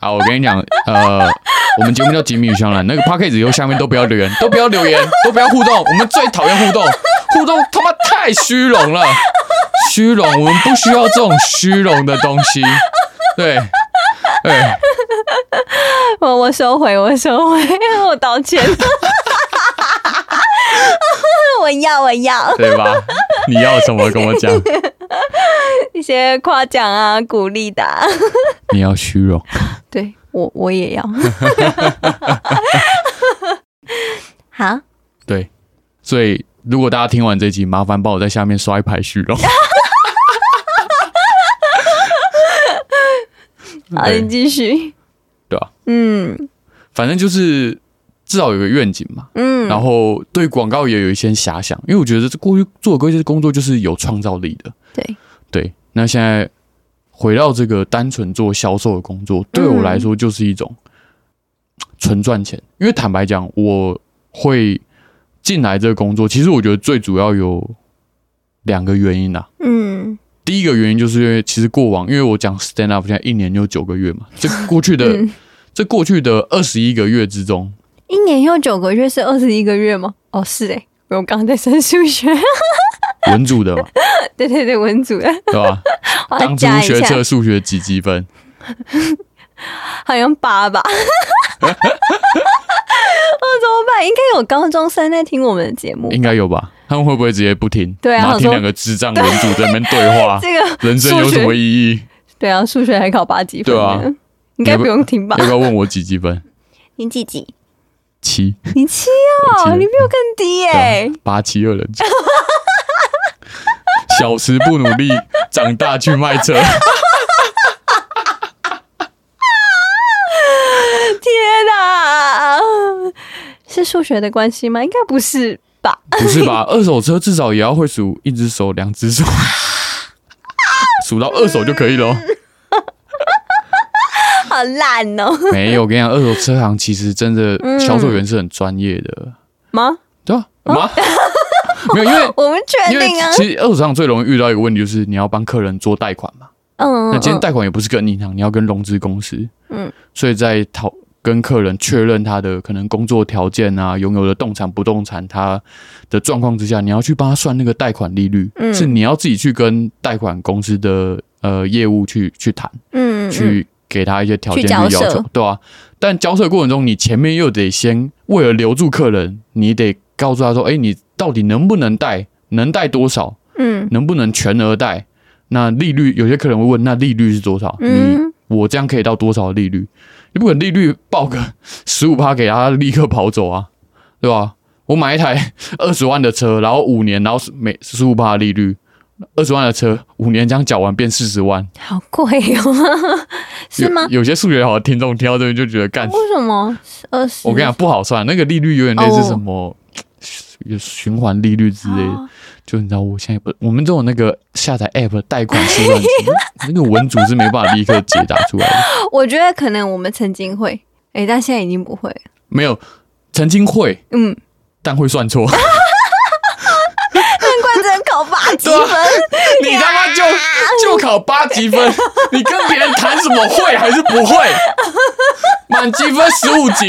Speaker 1: 好，我跟你讲， 呃，我们节目叫吉米与香兰，那个 p a c k a g e 以后下面都不要留言，都不要留 言，都不要互动，我们最讨厌互动，互动他妈太虚荣了，虚荣，我们不需要这种虚荣的东西，对，对。
Speaker 2: 我我收回，我收回， 我道歉，我要我要
Speaker 1: 对吧？你要什么跟我讲？
Speaker 2: 一些夸奖啊，鼓励的啊、
Speaker 1: 你要虚荣。
Speaker 2: 对我我也 要， 好，
Speaker 1: 对，所以如果大家听完这集，麻烦帮我在下面刷一排虚荣。
Speaker 2: 好，
Speaker 1: 对
Speaker 2: 你继续，
Speaker 1: 对啊，
Speaker 2: 嗯
Speaker 1: 反正就是至少有个愿景嘛。
Speaker 2: 嗯，
Speaker 1: 然后对广告也有一些遐想，因为我觉得这过去做过一些工作就是有创造力的。
Speaker 2: 对，
Speaker 1: 对，那现在回到这个单纯做销售的工作，对我来
Speaker 2: 嗯
Speaker 1: 说就是一种纯赚钱。因为坦白讲，我会进来这个工作，其实我觉得最主要有两个原因啦。
Speaker 2: 嗯
Speaker 1: 第一个原因就是因为其实过往，因为我讲 stand up 现在一年就九个月嘛，这过去的、
Speaker 2: 嗯，
Speaker 1: 这过去的二十一个月之中，
Speaker 2: 一年又九个月是二十一个月吗？哦，是哎、我刚刚在算数学，
Speaker 1: 文组的嘛，
Speaker 2: 对对对，文组的，
Speaker 1: 对吧？
Speaker 2: 我要
Speaker 1: 当初
Speaker 2: 加一
Speaker 1: 学
Speaker 2: 下，
Speaker 1: 测数学几几分？
Speaker 2: 好像八吧。 哦我怎么办？应该有高中生在听我们的节目，
Speaker 1: 应该有吧？他们会不会直接不听？
Speaker 2: 对啊
Speaker 1: 然后听
Speaker 2: 我说
Speaker 1: 两个智障文组在那边对话，
Speaker 2: 这个
Speaker 1: 人生有什么意义？
Speaker 2: 对啊，数学还考八几分
Speaker 1: 对啊
Speaker 2: 呢，应该不用听吧
Speaker 1: 要？不要问我几几分？
Speaker 2: 你几级？
Speaker 1: 七
Speaker 2: 你七
Speaker 1: 我七
Speaker 2: 哦，你比我更低耶、
Speaker 1: 对啊八七二人组。小时不努力，长大去卖车。啊
Speaker 2: 天哪、是数学的关系吗？应该不是吧？
Speaker 1: 不是吧？二手车至少也要会数一只手、两只手， 数到二手就可以了哦。
Speaker 2: 好烂哦、
Speaker 1: 没有，我跟你讲，二手车行其实真的
Speaker 2: 嗯
Speaker 1: 销售员是很专业的，
Speaker 2: 吗？
Speaker 1: 对吧、啊？ 吗？没有，因为
Speaker 2: 我们确
Speaker 1: 因为
Speaker 2: 定啊。
Speaker 1: 其实二手车行最容易遇到一个问题就是你要帮客人做贷款嘛。
Speaker 2: 嗯，
Speaker 1: 那今天
Speaker 2: 嗯
Speaker 1: 贷款也不是跟银行，你要跟融资公司。
Speaker 2: 嗯
Speaker 1: 嗯，所以在讨跟客人确认他的可能工作条件啊，拥有的动产、不动产，他的状况之下，你要去帮他算那个贷款利率，
Speaker 2: 嗯
Speaker 1: 是你要自己去跟贷款公司的呃业务去去谈，
Speaker 2: 嗯嗯
Speaker 1: 去给他一些条件
Speaker 2: 去
Speaker 1: 去
Speaker 2: 交
Speaker 1: 要
Speaker 2: 涉
Speaker 1: 求，对啊。但交涉过程中，你前面又得先为了留住客人，你得告诉他说，哎、你到底能不能贷，能贷多少，
Speaker 2: 嗯
Speaker 1: 能不能全额贷？那利率有些客人会问，那利率是多少？你
Speaker 2: 嗯，
Speaker 1: 我这样可以到多少的利率？你不可能利率报个 十五趴给他立刻跑走啊，对吧？我买一台 二十万的车，然后五年，然后每十五趴利率，二十万的车五年这样缴完变四十万，
Speaker 2: 好贵哦、是吗？
Speaker 1: 有？有些数学好的听众听到这边就觉得干，
Speaker 2: 为什么二十？
Speaker 1: 我跟你讲不好算，那个利率有点类似什么。循环利率之类的，
Speaker 2: 哦
Speaker 1: 就你知道，我现在不，我们这种那个下载 app 贷款计 算机，那个文组是没办法立刻解答出来的。
Speaker 2: 我觉得可能我们曾经会，哎、但现在已经不会了。
Speaker 1: 没有，曾经会，
Speaker 2: 嗯，
Speaker 1: 但会算错。
Speaker 2: 难怪只能考八几
Speaker 1: 对
Speaker 2: 分。
Speaker 1: 你他妈就就考八级分，你跟别人谈什么会还是不会？满积分十五 级，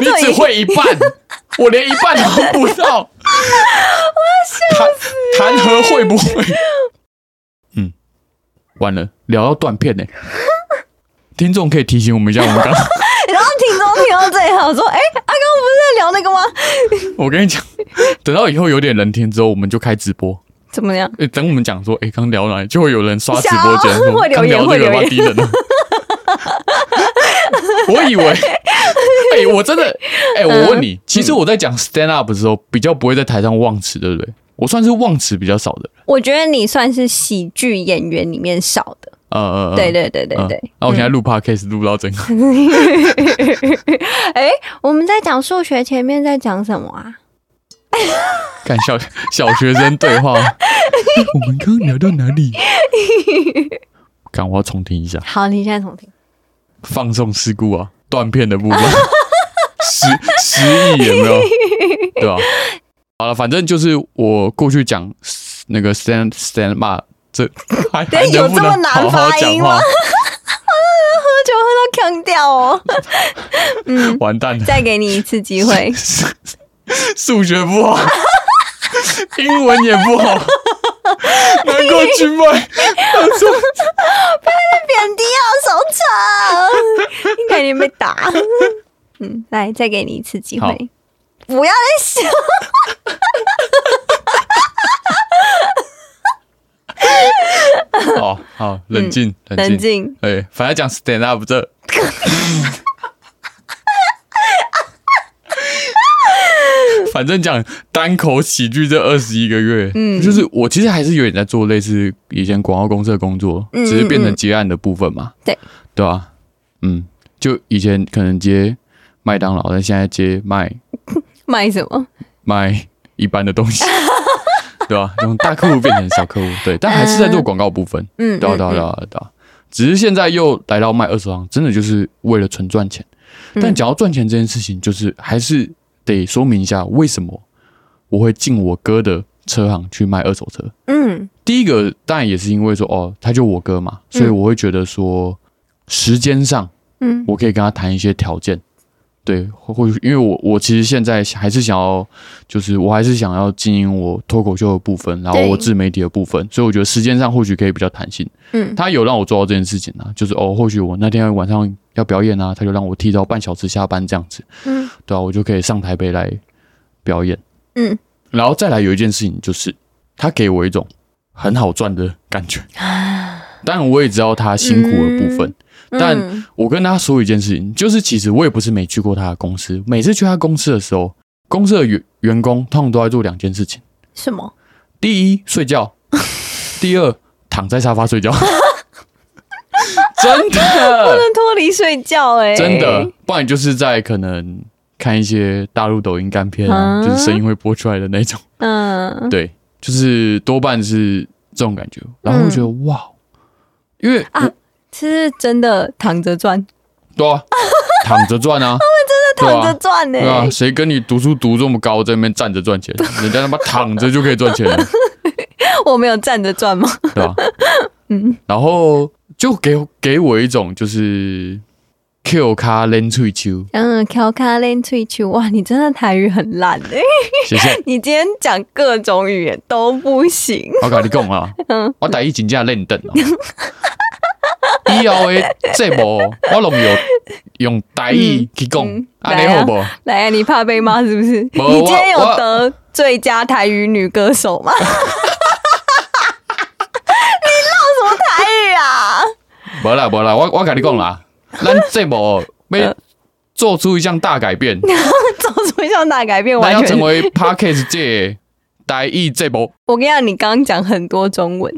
Speaker 1: 你只会一半，我连一半都不到。谈谈何会不会？嗯，完了，聊到断片呢、听众可以提醒我们一下，我们刚
Speaker 2: 然后听众听到这里，我说：“哎、阿刚不是在聊那个吗？
Speaker 1: 我跟你讲，等到以后有点人听之后，我们就开直播。
Speaker 2: 怎么样？
Speaker 1: 欸、等我们讲说，哎、刚聊哪里，就会有人刷直播间，
Speaker 2: 想啊
Speaker 1: 说
Speaker 2: 会留
Speaker 1: 刚
Speaker 2: 言
Speaker 1: 聊这个
Speaker 2: 会留
Speaker 1: 蛮
Speaker 2: 言
Speaker 1: 低能的。 我以为，哎、我真的，哎、我问
Speaker 2: 嗯
Speaker 1: 你，其实我在讲 stand up 的时候，比较不会在台上忘词，对不对？我算是忘词比较少的，
Speaker 2: 我觉得你算是喜剧演员里面少的。
Speaker 1: 呃呃，呃
Speaker 2: 对对对对
Speaker 1: 呃
Speaker 2: 对。嗯
Speaker 1: 那、我现在录 podcast 录到整个，
Speaker 2: 哎、我们在讲数学，前面在讲什么啊？
Speaker 1: 看小小学生对 话，我们刚刚聊到哪里？看，我要重听一下。
Speaker 2: 好，你现在重听。
Speaker 1: 放送事故啊，断片的部 分，失失忆有没有？对吧、好了，反正就是我过去讲那个 stand stand up 这还
Speaker 2: 对
Speaker 1: 还能不
Speaker 2: 有这么
Speaker 1: 能
Speaker 2: 难
Speaker 1: 好好
Speaker 2: 发
Speaker 1: 讲
Speaker 2: 音
Speaker 1: 话
Speaker 2: 吗？喝酒喝到腔掉哦。
Speaker 1: 完蛋了，
Speaker 2: 再给你一次机会。
Speaker 1: 数学不 好，英文也不好，难过去卖。
Speaker 2: 贬低好手册，应该你被打。 嗯，来，再给你一次机
Speaker 1: 好
Speaker 2: 会。不要再笑，
Speaker 1: 哦，好，冷静，
Speaker 2: 冷
Speaker 1: 冷静。
Speaker 2: 静。
Speaker 1: 哎，反正讲 stand up 这。 反正讲单口喜剧这二十一个月，嗯，就是我其实还是有点在做类似以前广告公司的工作，
Speaker 2: 嗯
Speaker 1: 只是变成接案的部分嘛，
Speaker 2: 对
Speaker 1: 对啊，嗯，就以前可能接麦当劳，但现在接卖
Speaker 2: 卖什么？
Speaker 1: 卖一般的东西， 对吧、从大客户变成小客户，对，但还是在做广告部分，
Speaker 2: 嗯，
Speaker 1: 对啊，对啊，
Speaker 2: 嗯
Speaker 1: 对
Speaker 2: 嗯
Speaker 1: 啊，对啊。只是现在又来到卖二手行，真的就是为了纯赚钱。
Speaker 2: 嗯
Speaker 1: 但讲到赚钱这件事情，就是还是得说明一下为什么我会进我哥的车行去卖二手车。
Speaker 2: 嗯
Speaker 1: 第一个当然也是因为说，哦，他就我哥嘛，所以我会觉得说，时间上
Speaker 2: 嗯
Speaker 1: 我可以跟他谈一些条件，对，或或许因为我我其实现在还是想要，就是我还是想要经营我脱口秀的部分，然后
Speaker 2: 对
Speaker 1: 我自媒体的部分，所以我觉得时间上或许可以比较弹性。
Speaker 2: 嗯，
Speaker 1: 他有让我做到这件事情啊，就是哦，或许我那天晚上要表演啊，他就让我提早半小时下班这样子，
Speaker 2: 嗯，
Speaker 1: 对啊，我就可以上台北来表演，
Speaker 2: 嗯，
Speaker 1: 然后再来有一件事情就是，他给我一种很好赚的感觉，
Speaker 2: 啊
Speaker 1: 当然我也知道他辛苦的部分，但
Speaker 2: 嗯
Speaker 1: 我跟他说一件事情，就是其实我也不是没去过他的公司，每次去他公司的时候，公司的员员工通常都在做两件事情：
Speaker 2: 什么？
Speaker 1: 第一，睡 觉；第二，躺在沙发睡觉。 真
Speaker 2: 不
Speaker 1: 的，
Speaker 2: 能脱离睡觉哎、
Speaker 1: 呃真的，不然就是在可能看一些大陆抖音干片啊，
Speaker 2: 啊
Speaker 1: 就是声音会播出来的那 种。
Speaker 2: 嗯，
Speaker 1: 对，就是多半是这种感觉，然后我觉得、哇，因为我、
Speaker 2: 嗯啊其实真的躺着赚，
Speaker 1: 对啊，躺着赚 啊，他
Speaker 2: 躺着欸赚呢、
Speaker 1: 对啊，谁跟你读书读这么高，在那边站着赚钱？人家他妈躺着就可以赚钱了，
Speaker 2: 我没有站着赚吗？
Speaker 1: 对吧？嗯，然后就给给我一种就是 Q 卡冷翠秋，
Speaker 2: 嗯，调卡练退去，哇，你真的台语很烂哎、
Speaker 1: 谢 谢。
Speaker 2: 你今天讲各种语言都不行，
Speaker 1: 我跟你讲啊，
Speaker 2: 嗯
Speaker 1: 我第一真正认真哦。以后的节目，我拢有用台语去讲
Speaker 2: 嗯嗯，
Speaker 1: 安尼
Speaker 2: 来
Speaker 1: 好
Speaker 2: 啊
Speaker 1: 不好？
Speaker 2: 来、啊，你怕被骂是不是？
Speaker 1: 不
Speaker 2: 你今天有
Speaker 1: 我我
Speaker 2: 得最佳台语女歌手 吗？你唠什么台语啊？
Speaker 1: 无啦无啦，我我跟你讲啦，咱节目
Speaker 2: 呃
Speaker 1: 要做出一项大改变，
Speaker 2: 走出一项大改变，
Speaker 1: 那
Speaker 2: 完
Speaker 1: 要
Speaker 2: 全
Speaker 1: 成。为 Parkes 界台语这波
Speaker 2: 我跟你讲，你刚刚讲很多中文，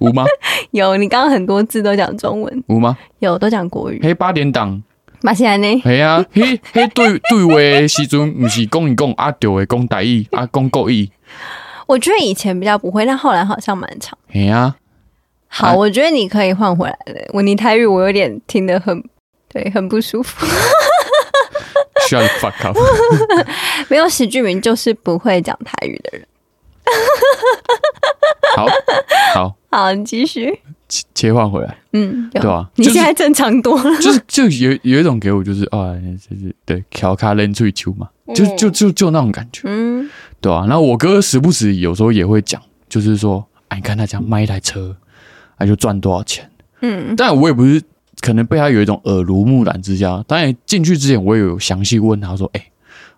Speaker 1: 有吗？
Speaker 2: 有你刚刚很多字都讲中文，
Speaker 1: 有吗？
Speaker 2: 有都讲国语。
Speaker 1: 黑八点档，
Speaker 2: 马西兰呢？
Speaker 1: 嘿啊，嘿嘿对对话的时阵，毋是讲一讲啊，就会讲台语啊，讲国语，
Speaker 2: 我觉得以前比较不会，但后来好像蛮长。
Speaker 1: 嘿啊，
Speaker 2: 好，
Speaker 1: 啊
Speaker 2: 我觉得你可以换回来的。我你台语我有点听得很，对，很不舒服。
Speaker 1: 需要 fuck up。
Speaker 2: 没有史俊明就是不会讲台语的人。
Speaker 1: 好好
Speaker 2: 好，你继续。
Speaker 1: 切切换回来，
Speaker 2: 嗯，有
Speaker 1: 对啊
Speaker 2: 你
Speaker 1: 就是
Speaker 2: 现在正常多了。
Speaker 1: 就是就有有一种给我就是啊，就是对调卡冷水球嘛，就就就就那种感觉，
Speaker 2: 嗯，
Speaker 1: 对啊。然后我哥时不时有时候也会讲，就是说，哎、你看他这样卖一台车，他就赚多少钱。
Speaker 2: 嗯
Speaker 1: 但我也不是可能被他有一种耳濡目染之下，当然进去之前我也有详细问他说：“哎、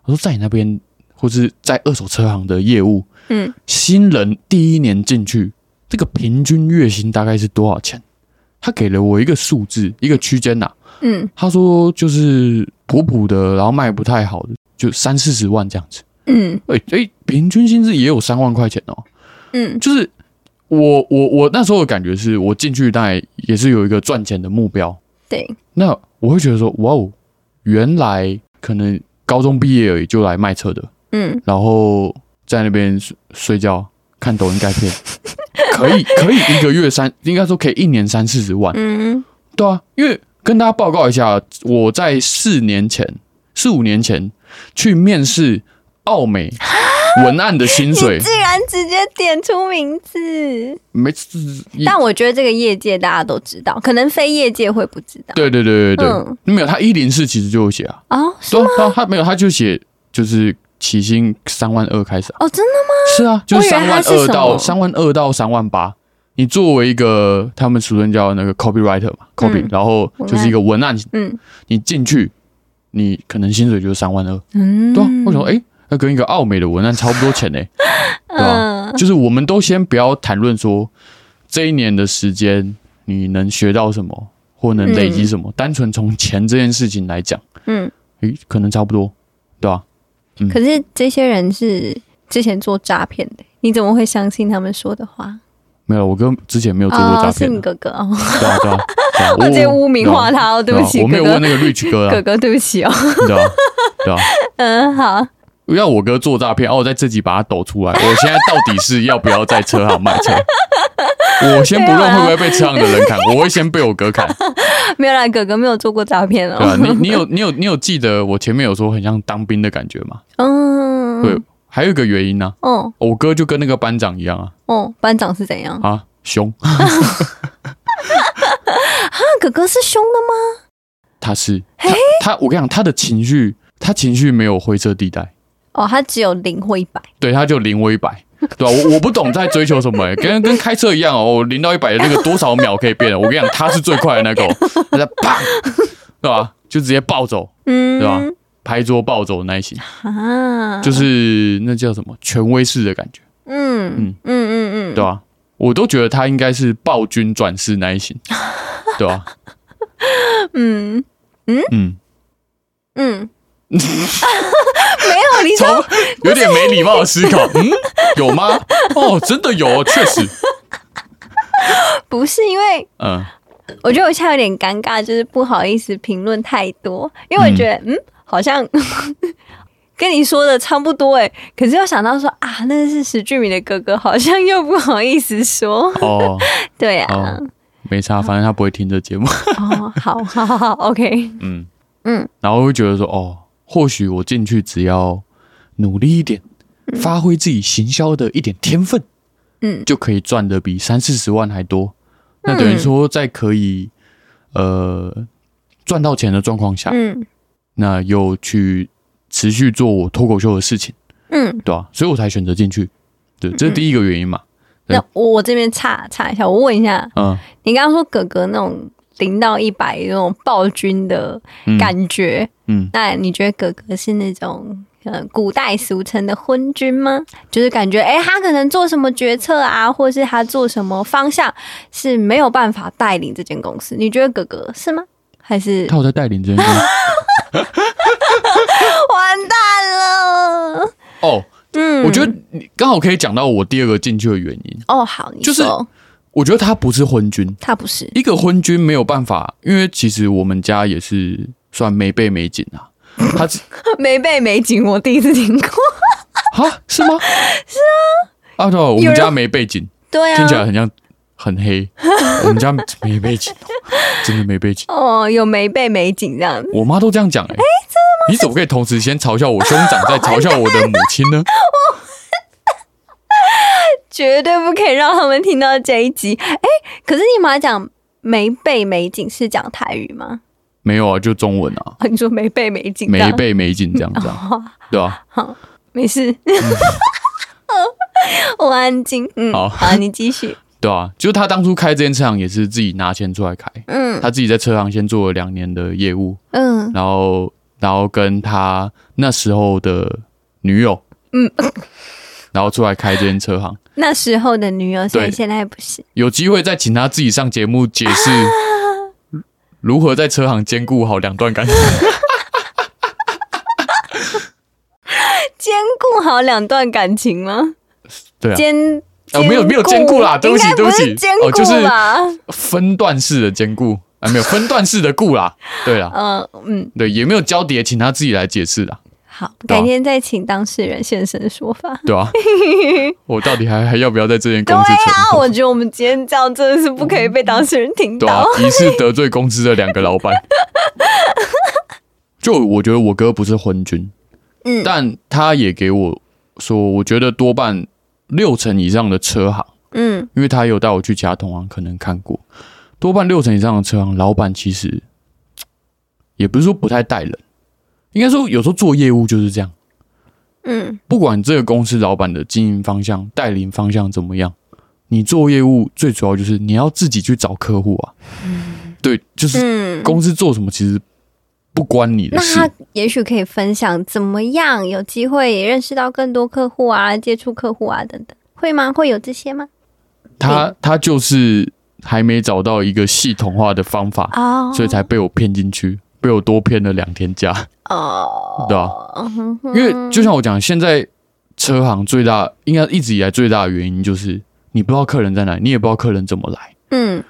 Speaker 1: 我说在你那边或是在二手车行的业务，
Speaker 2: 嗯，
Speaker 1: 新人第一年进去，这个平均月薪大概是多少钱？”他给了我一个数字，一个区间呐。
Speaker 2: 嗯
Speaker 1: 他说就是普普的，然后卖不太好的，就三四十万这样子。
Speaker 2: 嗯
Speaker 1: 哎、哎、平均薪资也有三万块钱哦、
Speaker 2: 嗯
Speaker 1: 就是我我我那时候的感觉是我进去当然也是有一个赚钱的目标，
Speaker 2: 对，
Speaker 1: 那我会觉得说，哇哦，原来可能高中毕业而已就来卖车的，
Speaker 2: 嗯
Speaker 1: 然后在那边睡睡觉、看抖音钙 片，可以可以一个月三，应该说可以一年三四十万，
Speaker 2: 嗯
Speaker 1: 对啊，因为跟大家报告一下，我在四年前、四五年前去面试奥美
Speaker 2: 啊
Speaker 1: 文案的薪水
Speaker 2: 你，竟然直接点出名字，
Speaker 1: 没，
Speaker 2: 但我觉得这个业界大家都知道，可能非业界会不知道。
Speaker 1: 对对对对对，
Speaker 2: 嗯
Speaker 1: 没有他一零四其实就有写啊。
Speaker 2: 哦
Speaker 1: 对啊，他他没有，他就写就是起薪三万二开始啊，
Speaker 2: 哦，真的吗？
Speaker 1: 是啊，就是
Speaker 2: 我以为
Speaker 1: 三
Speaker 2: 他
Speaker 1: 万
Speaker 2: 是什
Speaker 1: 二
Speaker 2: 么
Speaker 1: 到三万二到三万八。你作为一个他们俗称叫那个 copywriter 嘛，copy，、
Speaker 2: 嗯
Speaker 1: 然后就是一个文案，
Speaker 2: 嗯
Speaker 1: 你进去，你可能薪水就是三万二，
Speaker 2: 嗯，
Speaker 1: 对啊，为什么？哎，那跟一个奥美的文案差不多钱呢、 对啊吧、就是我们都先不要谈论说这一年的时间你能学到什么或能累积什么，单纯从钱这件事情来讲，
Speaker 2: 嗯，
Speaker 1: 诶，可能差不多，对吧、嗯
Speaker 2: 可是这些人是之前做诈骗的，你怎么会相信他们说的话？
Speaker 1: 没有，我哥之前没有做过诈
Speaker 2: 哦，是
Speaker 1: 骗
Speaker 2: 你
Speaker 1: 的，
Speaker 2: 哥哥哦，
Speaker 1: 对啊对啊，对啊
Speaker 2: 我直接污名化
Speaker 1: 啊
Speaker 2: 他 哦，对不
Speaker 1: 啊
Speaker 2: 起，
Speaker 1: 我没有
Speaker 2: 哥哥
Speaker 1: 问那个 Rich 哥
Speaker 2: 哥
Speaker 1: 啊，
Speaker 2: 哥，对不起哦。
Speaker 1: 对啊对啊，
Speaker 2: 嗯，好，
Speaker 1: 要我哥做诈骗，哦，我在这集把他抖出来，我现在到底是要不要在车行 卖车？我先不论会不会被车行的人砍，
Speaker 2: 啊
Speaker 1: 我会先被我哥砍，
Speaker 2: 没有啦，哥哥没有做过诈骗
Speaker 1: 对吧、啊
Speaker 2: 哦。
Speaker 1: 你你有你有你有记得我前面有说很像当兵的感觉吗？
Speaker 2: 嗯，
Speaker 1: 对，，还有一个原因呢、
Speaker 2: 哦
Speaker 1: 我哥就跟那个班长一样啊
Speaker 2: 哦，班长是怎样？
Speaker 1: 啊凶，
Speaker 2: 那哥哥是凶的吗？
Speaker 1: 他是他他，我跟你讲，他的情绪，他情绪没有灰色地带，
Speaker 2: 哦，他只有零或一百，
Speaker 1: 对，他就零我一百，对吧、我我不懂在追求什么、欸，跟跟开车一样哦，我零到一百的那个多少秒可以变的，我跟你讲，他是最快的那个哦，他在啪，对吧、就直接暴走，
Speaker 2: 嗯，
Speaker 1: 对吧、拍桌暴走那一型，
Speaker 2: 啊，
Speaker 1: 就是那叫什么权威式的感觉，
Speaker 2: 嗯嗯嗯嗯，
Speaker 1: 对吧、我都觉得他应该是暴君转世那一型，对吧、
Speaker 2: 嗯
Speaker 1: 嗯，
Speaker 2: 嗯，没有，你
Speaker 1: 从
Speaker 2: 就
Speaker 1: 有点没礼貌的思考，嗯，有吗？哦，真的有，哦，确实，
Speaker 2: 不是因为
Speaker 1: 嗯，
Speaker 2: 我觉得我现在有点尴尬，就是不好意思评论太多，因为我觉得嗯好像 跟你说的差不多哎、可是又想到说啊，那是石俊明的哥哥，好像又不好意思说，
Speaker 1: 哦，
Speaker 2: 对啊
Speaker 1: 哦，，没
Speaker 2: 嗯
Speaker 1: 差，反正他不会听这节目，
Speaker 2: 哦，好好好好，OK，
Speaker 1: 嗯
Speaker 2: 嗯，
Speaker 1: 然后会觉得说，哦，或许我进去只要努力一点，发挥自己行销的一点天分，
Speaker 2: 嗯
Speaker 1: 就可以赚的比三四十万还多。那等于说，在可以呃赚到钱的状况下，
Speaker 2: 嗯
Speaker 1: 那又去持续做我脱口秀的事情，
Speaker 2: 嗯，
Speaker 1: 对吧、所以我才选择进去，对，这是第一个原因嘛。对
Speaker 2: 那我我这边岔岔一下，我问一下，
Speaker 1: 嗯，
Speaker 2: 你刚刚说哥哥那种零到一百那种暴君的
Speaker 1: 嗯
Speaker 2: 感觉，
Speaker 1: 嗯，
Speaker 2: 那你觉得哥哥是那种呃古代俗称的昏君吗？就是感觉哎、诶他可能做什么决策啊，或是他做什么方向是没有办法带领这间公司？你觉得哥哥是吗？还是
Speaker 1: 他有在带领这件 事吗
Speaker 2: 完蛋了？
Speaker 1: 哦，
Speaker 2: 嗯，
Speaker 1: 我觉得你刚好可以讲到我第二个进去的原因。
Speaker 2: 哦，好，你
Speaker 1: 就是
Speaker 2: 说
Speaker 1: 我觉得他不是昏君，
Speaker 2: 他不是，
Speaker 1: 一个昏君没有办法，因为其实我们家也是算没背没景啊。他 只
Speaker 2: 没被美景，我第一次听过。
Speaker 1: 啊是吗？是啊。啊对，我们
Speaker 2: 有
Speaker 1: 家
Speaker 2: 人
Speaker 1: 没背景，
Speaker 2: 对啊，
Speaker 1: 听起来很像很黑。我们家没背景 哦，真的没背景。
Speaker 2: 哦，有没被美景这样子，
Speaker 1: 我妈都这样讲哎、欸，你怎么可以同时先嘲笑我兄长，再嘲笑我的母亲 呢？
Speaker 2: 绝对不可以让他们听到这一集。哎、可是你妈讲没被美景是讲台语吗？
Speaker 1: 没有啊，就中文啊，
Speaker 2: 啊，你哦说没被美景这样，
Speaker 1: 没背没景这样这样，对啊吧、
Speaker 2: 没事。 我安静，嗯，
Speaker 1: 好
Speaker 2: 你 继续，
Speaker 1: 对啊，就是他当初开这间车行也是自己拿钱出来开，
Speaker 2: 嗯
Speaker 1: 他自己在车行先做了两年的业务，
Speaker 2: 嗯，
Speaker 1: 然后然后跟他那时候的女友，
Speaker 2: 嗯，
Speaker 1: 然后出来开这间车行，
Speaker 2: 那时候的女友，所以
Speaker 1: 对
Speaker 2: 现在 不是，
Speaker 1: 有机会再请他自己上节目解 释如何在车行兼顾好两段感 情。
Speaker 2: 兼顾好两段感情吗？
Speaker 1: 对啊，
Speaker 2: 兼
Speaker 1: 呃没有没有兼顾啦对不起
Speaker 2: 应该是
Speaker 1: 对不起
Speaker 2: 兼
Speaker 1: 哦就是
Speaker 2: 顾吧，
Speaker 1: 分段式的兼顾啊，没有分段式的顾啦，对啦，
Speaker 2: 嗯嗯，
Speaker 1: 对，也没有交叠，请他自己来解释啦，
Speaker 2: 好，
Speaker 1: 对啊
Speaker 2: 改天再请当事人现身说法。
Speaker 1: 对吧、啊 我到底还还要不要在这间
Speaker 2: 对
Speaker 1: 公司存
Speaker 2: 啊，
Speaker 1: 活？
Speaker 2: 我觉得我们今天这样真的是不可以被当事人听
Speaker 1: 对啊
Speaker 2: 到。，
Speaker 1: 疑似得罪公司的两个老板。 就我觉得我哥不是昏君，
Speaker 2: 嗯
Speaker 1: 但他也给我说，我觉得多半六成以上的车行，
Speaker 2: 嗯
Speaker 1: 因为他有带我去其他同行，可能看过，多半六成以上的车行老板其实也不是说不太带人，应该说有时候做业务就是这样，
Speaker 2: 嗯
Speaker 1: 不管这个公司老板的经营方向、带领方向怎么样，你做业务最主要就是你要自己去找客户啊。对，就是
Speaker 2: 嗯，
Speaker 1: 公司做什么其实不关你的
Speaker 2: 那
Speaker 1: 事。
Speaker 2: 他也许可以分享怎么样有机会也认识到更多客户啊，接触客户啊等等，会吗？会有这些吗？
Speaker 1: 他他就是还没找到一个系统化的方法，
Speaker 2: 哦，
Speaker 1: 所以才被我骗进去，被我多骗了两天假，
Speaker 2: 哦，
Speaker 1: 对吧、
Speaker 2: 嗯哼
Speaker 1: 因为就像我讲，现在车行最大应该一直以来最大的原因就是你不知道客人在哪里，你也不知道客人怎么来。
Speaker 2: 嗯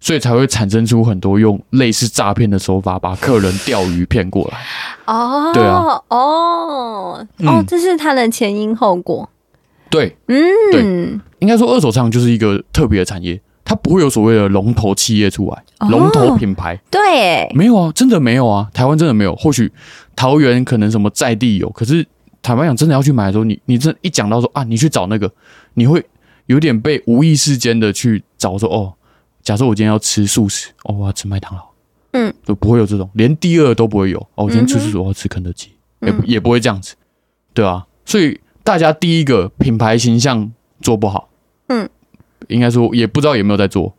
Speaker 1: 所以才会产生出很多用类似诈骗的手法把客人钓鱼骗过来。
Speaker 2: 哦，
Speaker 1: 对啊
Speaker 2: 哦哦
Speaker 1: 嗯，
Speaker 2: 这是他的前因后果。
Speaker 1: 对，
Speaker 2: 嗯，
Speaker 1: 应该说二手车行就是一个特别的产业，它不会有所谓的龙头企业出来
Speaker 2: 哦，
Speaker 1: 龙头品牌、
Speaker 2: 对耶，
Speaker 1: 没有啊，真的没有啊，台湾真的没有。或许桃园可能什么在地有，可是坦白讲，真的要去买的时候，你你真的一讲到说啊，你去找那个，你会有点被无意识间的去找说哦，假设我今天要吃素食，哦，我要吃麦当劳，
Speaker 2: 嗯，
Speaker 1: 就不会有这种，连第二都不会有。哦，我今天吃吃说我要吃肯德基，也
Speaker 2: 嗯
Speaker 1: 不也不会这样子，对啊。所以大家第一个品牌形象做不好，
Speaker 2: 嗯，
Speaker 1: 应该说也不知道有没有在做，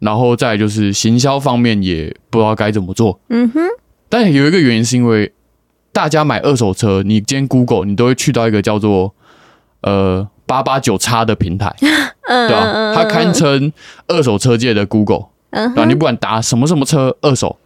Speaker 1: 然后再来就是行销方面也不知道该怎么做，
Speaker 2: 嗯哼，
Speaker 1: 但有一个原因是因为大家买二手车，你今天 Google 你都会去到一个叫做呃八八九叉的平 台，
Speaker 2: 嗯，
Speaker 1: 对吧、啊？它堪称二手车界的 Google，
Speaker 2: 嗯
Speaker 1: 对吧、啊你
Speaker 2: 哼，
Speaker 1: 不管打什么什么车二手，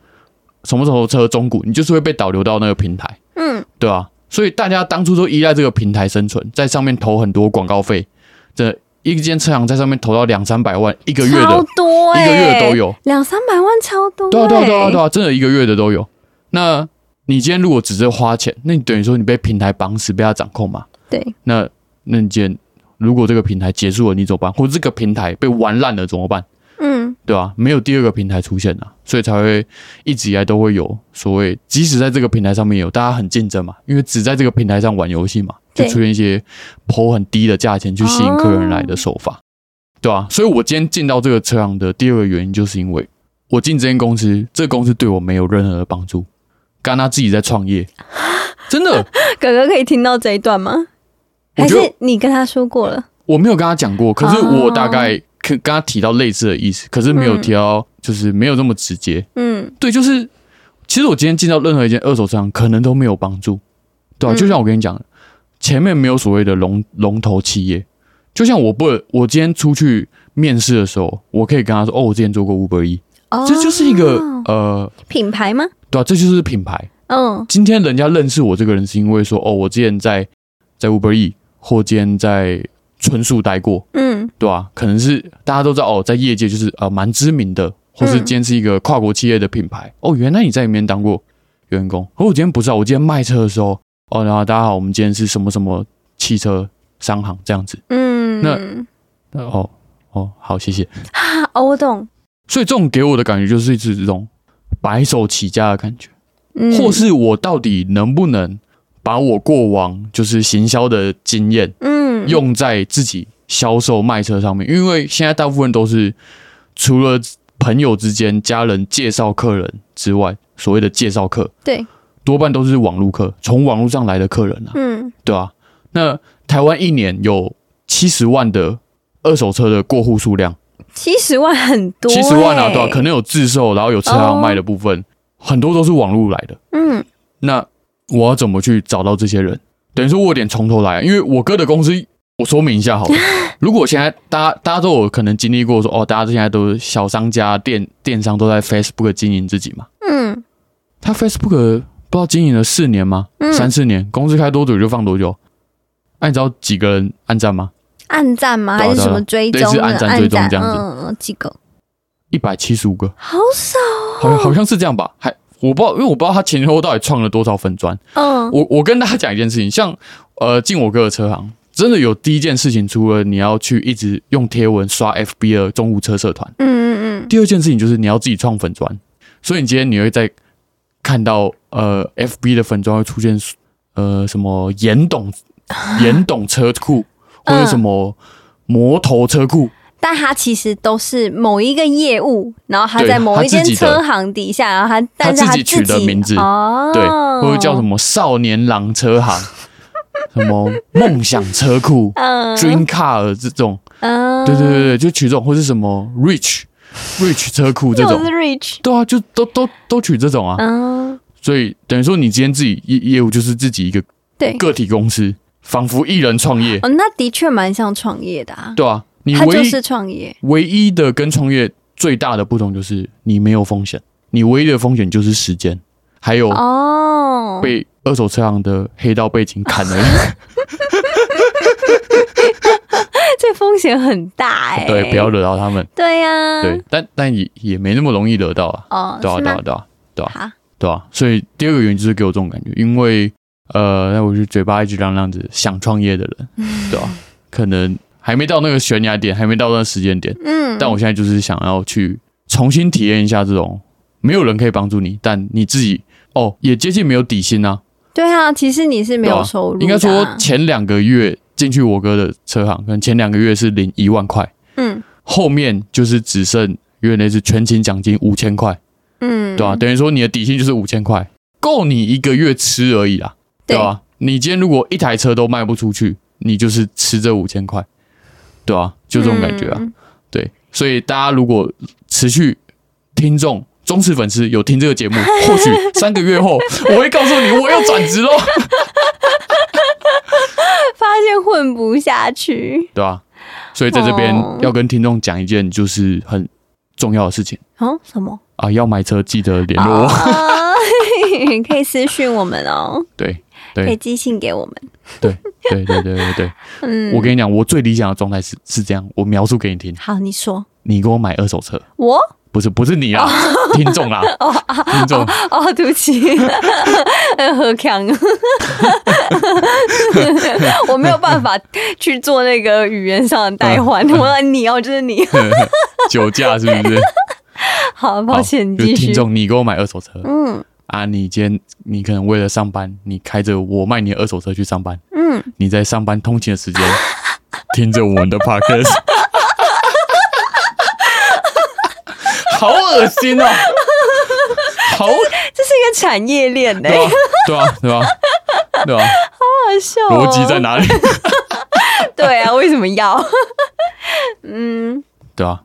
Speaker 1: 什么什么车中古，你就是会被导流到那个平台，
Speaker 2: 嗯
Speaker 1: 对吧、啊所以大家当初都依赖这个平台生存，在上面投很多广告费，这一间车行在上面投到两三百万一个月
Speaker 2: 超
Speaker 1: 的，
Speaker 2: 多
Speaker 1: 一
Speaker 2: 哎、
Speaker 1: 个月都有。
Speaker 2: 两三百万，超多、欸，
Speaker 1: 对啊，对啊，对啊，对啊，真的一个月的都有。那你今天如果只是花钱，那你等于说你被平台绑死，被它掌控嘛？
Speaker 2: 对
Speaker 1: 那那你今天如果这个平台结束了，你怎么办？或者这个平台被玩烂了怎么办？
Speaker 2: 嗯
Speaker 1: 对吧、没有第二个平台出现了，所以才会一直以来都会有所谓，即使在这个平台上面有，大家很竞争嘛，因为只在这个平台上玩游戏嘛，就
Speaker 2: 对
Speaker 1: 出现一些抛很低的价钱去吸引客人来的手
Speaker 2: 哦
Speaker 1: 法，对吧、所以我今天进到这个车行的第二个原因，就是因为我进这间公司，这个公司对我没有任何的帮助，干他自己在创 业，真的，
Speaker 2: 哥哥可以听到这一段吗？
Speaker 1: 我
Speaker 2: 还
Speaker 1: 觉得
Speaker 2: 是你跟他说过了？
Speaker 1: 我没有跟他讲过，可是
Speaker 2: 哦
Speaker 1: 我大概跟跟他提到类似的意思，可是没有提到，就是没有这么直接，
Speaker 2: 嗯
Speaker 1: 对，就是其实我今天进到任何一间二手车行，可能都没有帮助，对、啊
Speaker 2: 嗯
Speaker 1: 就像我跟你讲的，前面没有所谓的龙龙头企业，就像我不，我今天出去面试的时候，我可以跟他说，哦，我之前做过 Uber E，、
Speaker 2: 哦
Speaker 1: 这就是一个呃，
Speaker 2: 品牌吗？
Speaker 1: 对啊，这就是品牌。
Speaker 2: 嗯
Speaker 1: 今天人家认识我这个人，是因为说，哦，我之前在在 Uber E 或今天在纯素待过，
Speaker 2: 嗯
Speaker 1: 对啊，可能是大家都知道哦，在业界就是呃蛮知名的，或是
Speaker 2: 嗯
Speaker 1: 今天是一个跨国企业的品牌。哦，原来你在里面当过员工。可我今天不知道，我今天卖车的时候，哦，然后大家好，我们今天是什么什么汽车商行这样子。
Speaker 2: 嗯，
Speaker 1: 那呃哦哦，好，谢谢。
Speaker 2: 啊哦，我懂，
Speaker 1: 所以这种给我的感觉就是一直这种白手起家的感觉，
Speaker 2: 嗯，
Speaker 1: 或是我到底能不能把我过往就是行销的经验
Speaker 2: 嗯
Speaker 1: 用在自己销售卖车上面，因为现在大部分都是除了朋友之间、家人介绍客人之外，所谓的介绍客
Speaker 2: 对，
Speaker 1: 多半都是网络客，从网络上来的客人啊，
Speaker 2: 嗯
Speaker 1: 对啊。那台湾一年有七十万的二手车的过户数量，
Speaker 2: 七十万很多、欸，
Speaker 1: 七十万啊，对啊，可能有自售，然后有车行
Speaker 2: 哦
Speaker 1: 卖的部分，很多都是网络来的。
Speaker 2: 嗯
Speaker 1: 那我要怎么去找到这些人？等于说我有点从头来啊，因为我哥的公司，我说明一下好了。如果现在大家大家都有可能经历过说，哦，大家现在都是小商家、电电商都在 Facebook 经营自己嘛。
Speaker 2: 嗯
Speaker 1: 他 Facebook 不知道经营了四年吗？
Speaker 2: 嗯
Speaker 1: 三四年，公司开多久就放多久。那、你知道几个人按赞吗？
Speaker 2: 暗赞吗？
Speaker 1: 对啊
Speaker 2: 还是什么追踪的？
Speaker 1: 对啊类似暗赞追踪这样子
Speaker 2: 嗯嗯，几个？
Speaker 1: 一百七十五个，
Speaker 2: 好少
Speaker 1: 好像好像是这样吧？还我不知道，因为我不知道他前前后后到底创了多少粉砖。
Speaker 2: 哦，嗯
Speaker 1: 我我跟大家讲一件事情，像呃进我哥的车行，真的有第一件事情，除了你要去一直用贴文刷 FB 的中午车社团，
Speaker 2: 嗯嗯
Speaker 1: 第二件事情就是你要自己创粉砖，所以你今天你会在看到呃 FB 的粉砖会出现呃什么严 董严董车库或者什么魔头车库，
Speaker 2: 嗯，但他其实都是某一个业务，然后他
Speaker 1: 对
Speaker 2: 在某一间
Speaker 1: 他自己的
Speaker 2: 车行底下，然后他但是
Speaker 1: 他
Speaker 2: 他
Speaker 1: 自己取的名字
Speaker 2: 哦，
Speaker 1: 对，或者叫什么少年郎车行，什么梦想车库。
Speaker 2: 嗯
Speaker 1: Dream Car 这种，
Speaker 2: 嗯，
Speaker 1: 对对对对，就取这种或是什么 Rich Rich 车库这
Speaker 2: 又
Speaker 1: 种
Speaker 2: 是，Rich，
Speaker 1: 对啊，就都都都取这种啊。
Speaker 2: 嗯，
Speaker 1: 所以等于说，你今天自己业业务就是自己一个
Speaker 2: 对，
Speaker 1: 个体公司，仿佛一人创业，
Speaker 2: 哦，那的确蛮像创业的啊，
Speaker 1: 对啊，你
Speaker 2: 他就
Speaker 1: 唯一
Speaker 2: 是创业，
Speaker 1: 唯一的跟创业最大的不同就是你没有风险，你唯一的风险就是时间，还有
Speaker 2: 哦，
Speaker 1: 被二手车行的黑道背景砍了。
Speaker 2: 这风险很大哎，
Speaker 1: 哦对，不要惹到他们。
Speaker 2: 对呀，
Speaker 1: 对，但但也也没那么容易惹到啊。
Speaker 2: 嗯哦，
Speaker 1: 对啊，
Speaker 2: 是
Speaker 1: 对
Speaker 2: 吗
Speaker 1: 啊，对啊。
Speaker 2: 好，
Speaker 1: 对啊，所以第二个原因就是给我这种感觉，因为呃，那我是嘴巴一直嚷嚷着想创业的人，
Speaker 2: 嗯
Speaker 1: 对啊？可能还没到那个悬崖点，还没到那个时间点，
Speaker 2: 嗯，
Speaker 1: 但我现在就是想要去重新体验一下这种没有人可以帮助你，但你自己哦也接近没有底薪啊，
Speaker 2: 对啊，其实你是没
Speaker 1: 对
Speaker 2: 有
Speaker 1: 吧？
Speaker 2: 收入的啊，
Speaker 1: 应该说前两个月进去我哥的车行，可能前两个月是领一万块，
Speaker 2: 嗯
Speaker 1: 后面就是只剩原来是全勤奖金五千块，
Speaker 2: 嗯，
Speaker 1: 对吧、啊等于说你的底薪就是五千块，够你一个月吃而已啦，对啊吧、你今天如果一台车都卖不出去，你就是吃这五千块，对吧、就这种感觉啊，
Speaker 2: 嗯
Speaker 1: 对。所以大家如果持续听众。忠实粉丝有听这个节目，或 许三个月后我会告诉你我要转职喽，
Speaker 2: 发现混不下去，
Speaker 1: 对吧、啊所以在这边
Speaker 2: 哦
Speaker 1: 要跟听众讲一件就是很重要的事情
Speaker 2: 哦，什么？
Speaker 1: 啊，要买车记得联络我。
Speaker 2: 啊可以私讯我们哦，
Speaker 1: 对
Speaker 2: 可以
Speaker 1: 对
Speaker 2: 寄信给我们。
Speaker 1: 对对对对对对，
Speaker 2: 嗯，
Speaker 1: 我跟你讲，我最理想的状态是是这样，我描述给你听，
Speaker 2: 好，你说
Speaker 1: 你给我买二手车，
Speaker 2: 我
Speaker 1: 不是不是你啦，啊听众 啦，听众，
Speaker 2: 哦，对不起， 呃何强， 我没有办法去做那个语言上的代换。
Speaker 1: 嗯
Speaker 2: 我说你哦，就是你，
Speaker 1: 酒驾是不是？
Speaker 2: 好， 抱
Speaker 1: 好
Speaker 2: 歉，你
Speaker 1: 就是
Speaker 2: 继续
Speaker 1: 听。众，你给我买二手车
Speaker 2: 嗯
Speaker 1: 啊，你今天你可能为了上班，你开着我卖你的二手车去上班，
Speaker 2: 嗯，
Speaker 1: 你在上班通勤的时 间听着我们的 podcast，好恶心哦，好
Speaker 2: 这是一个产业链呢、
Speaker 1: 对啊对啊对啊对啊，
Speaker 2: 好笑、哦。
Speaker 1: 逻辑在？哪里？
Speaker 2: 对啊，为什么要？嗯，
Speaker 1: 对啊，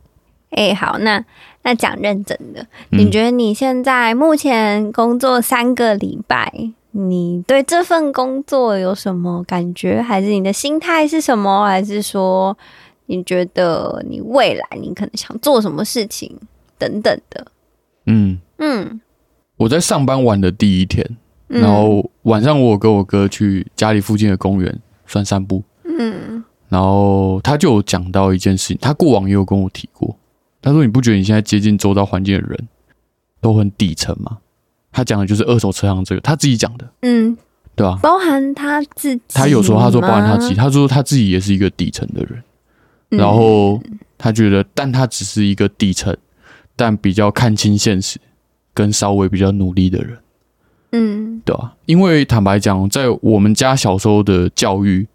Speaker 2: 哎、好，那那讲认真的，
Speaker 1: 嗯
Speaker 2: 你觉得你现在目前工作三个礼拜，你对这份工作有什么感觉？还是你的心态是什么？还是说你觉得你未来你可能想做什么事情等等的？
Speaker 1: 嗯，
Speaker 2: 嗯，
Speaker 1: 我在上班玩的第一天，
Speaker 2: 嗯
Speaker 1: 然后晚上我有跟我哥去家里附近的公园算散步，
Speaker 2: 嗯
Speaker 1: 然后他就有讲到一件事情，他过往也有跟我提过，他说你不觉得你现在接近周遭环境的人都很底层吗？他讲的就是二手车行这个，他自己讲的，
Speaker 2: 嗯，
Speaker 1: 对吧、
Speaker 2: 包含他自己吗，
Speaker 1: 他有时候他说包含他自己，他说他自己也是一个底层的人，
Speaker 2: 嗯，
Speaker 1: 然后他觉得，但他只是一个底层，但比较看清现实，跟稍微比较努力的人。
Speaker 2: 嗯
Speaker 1: 对啊，因为坦白讲，在我们家小时候的教育，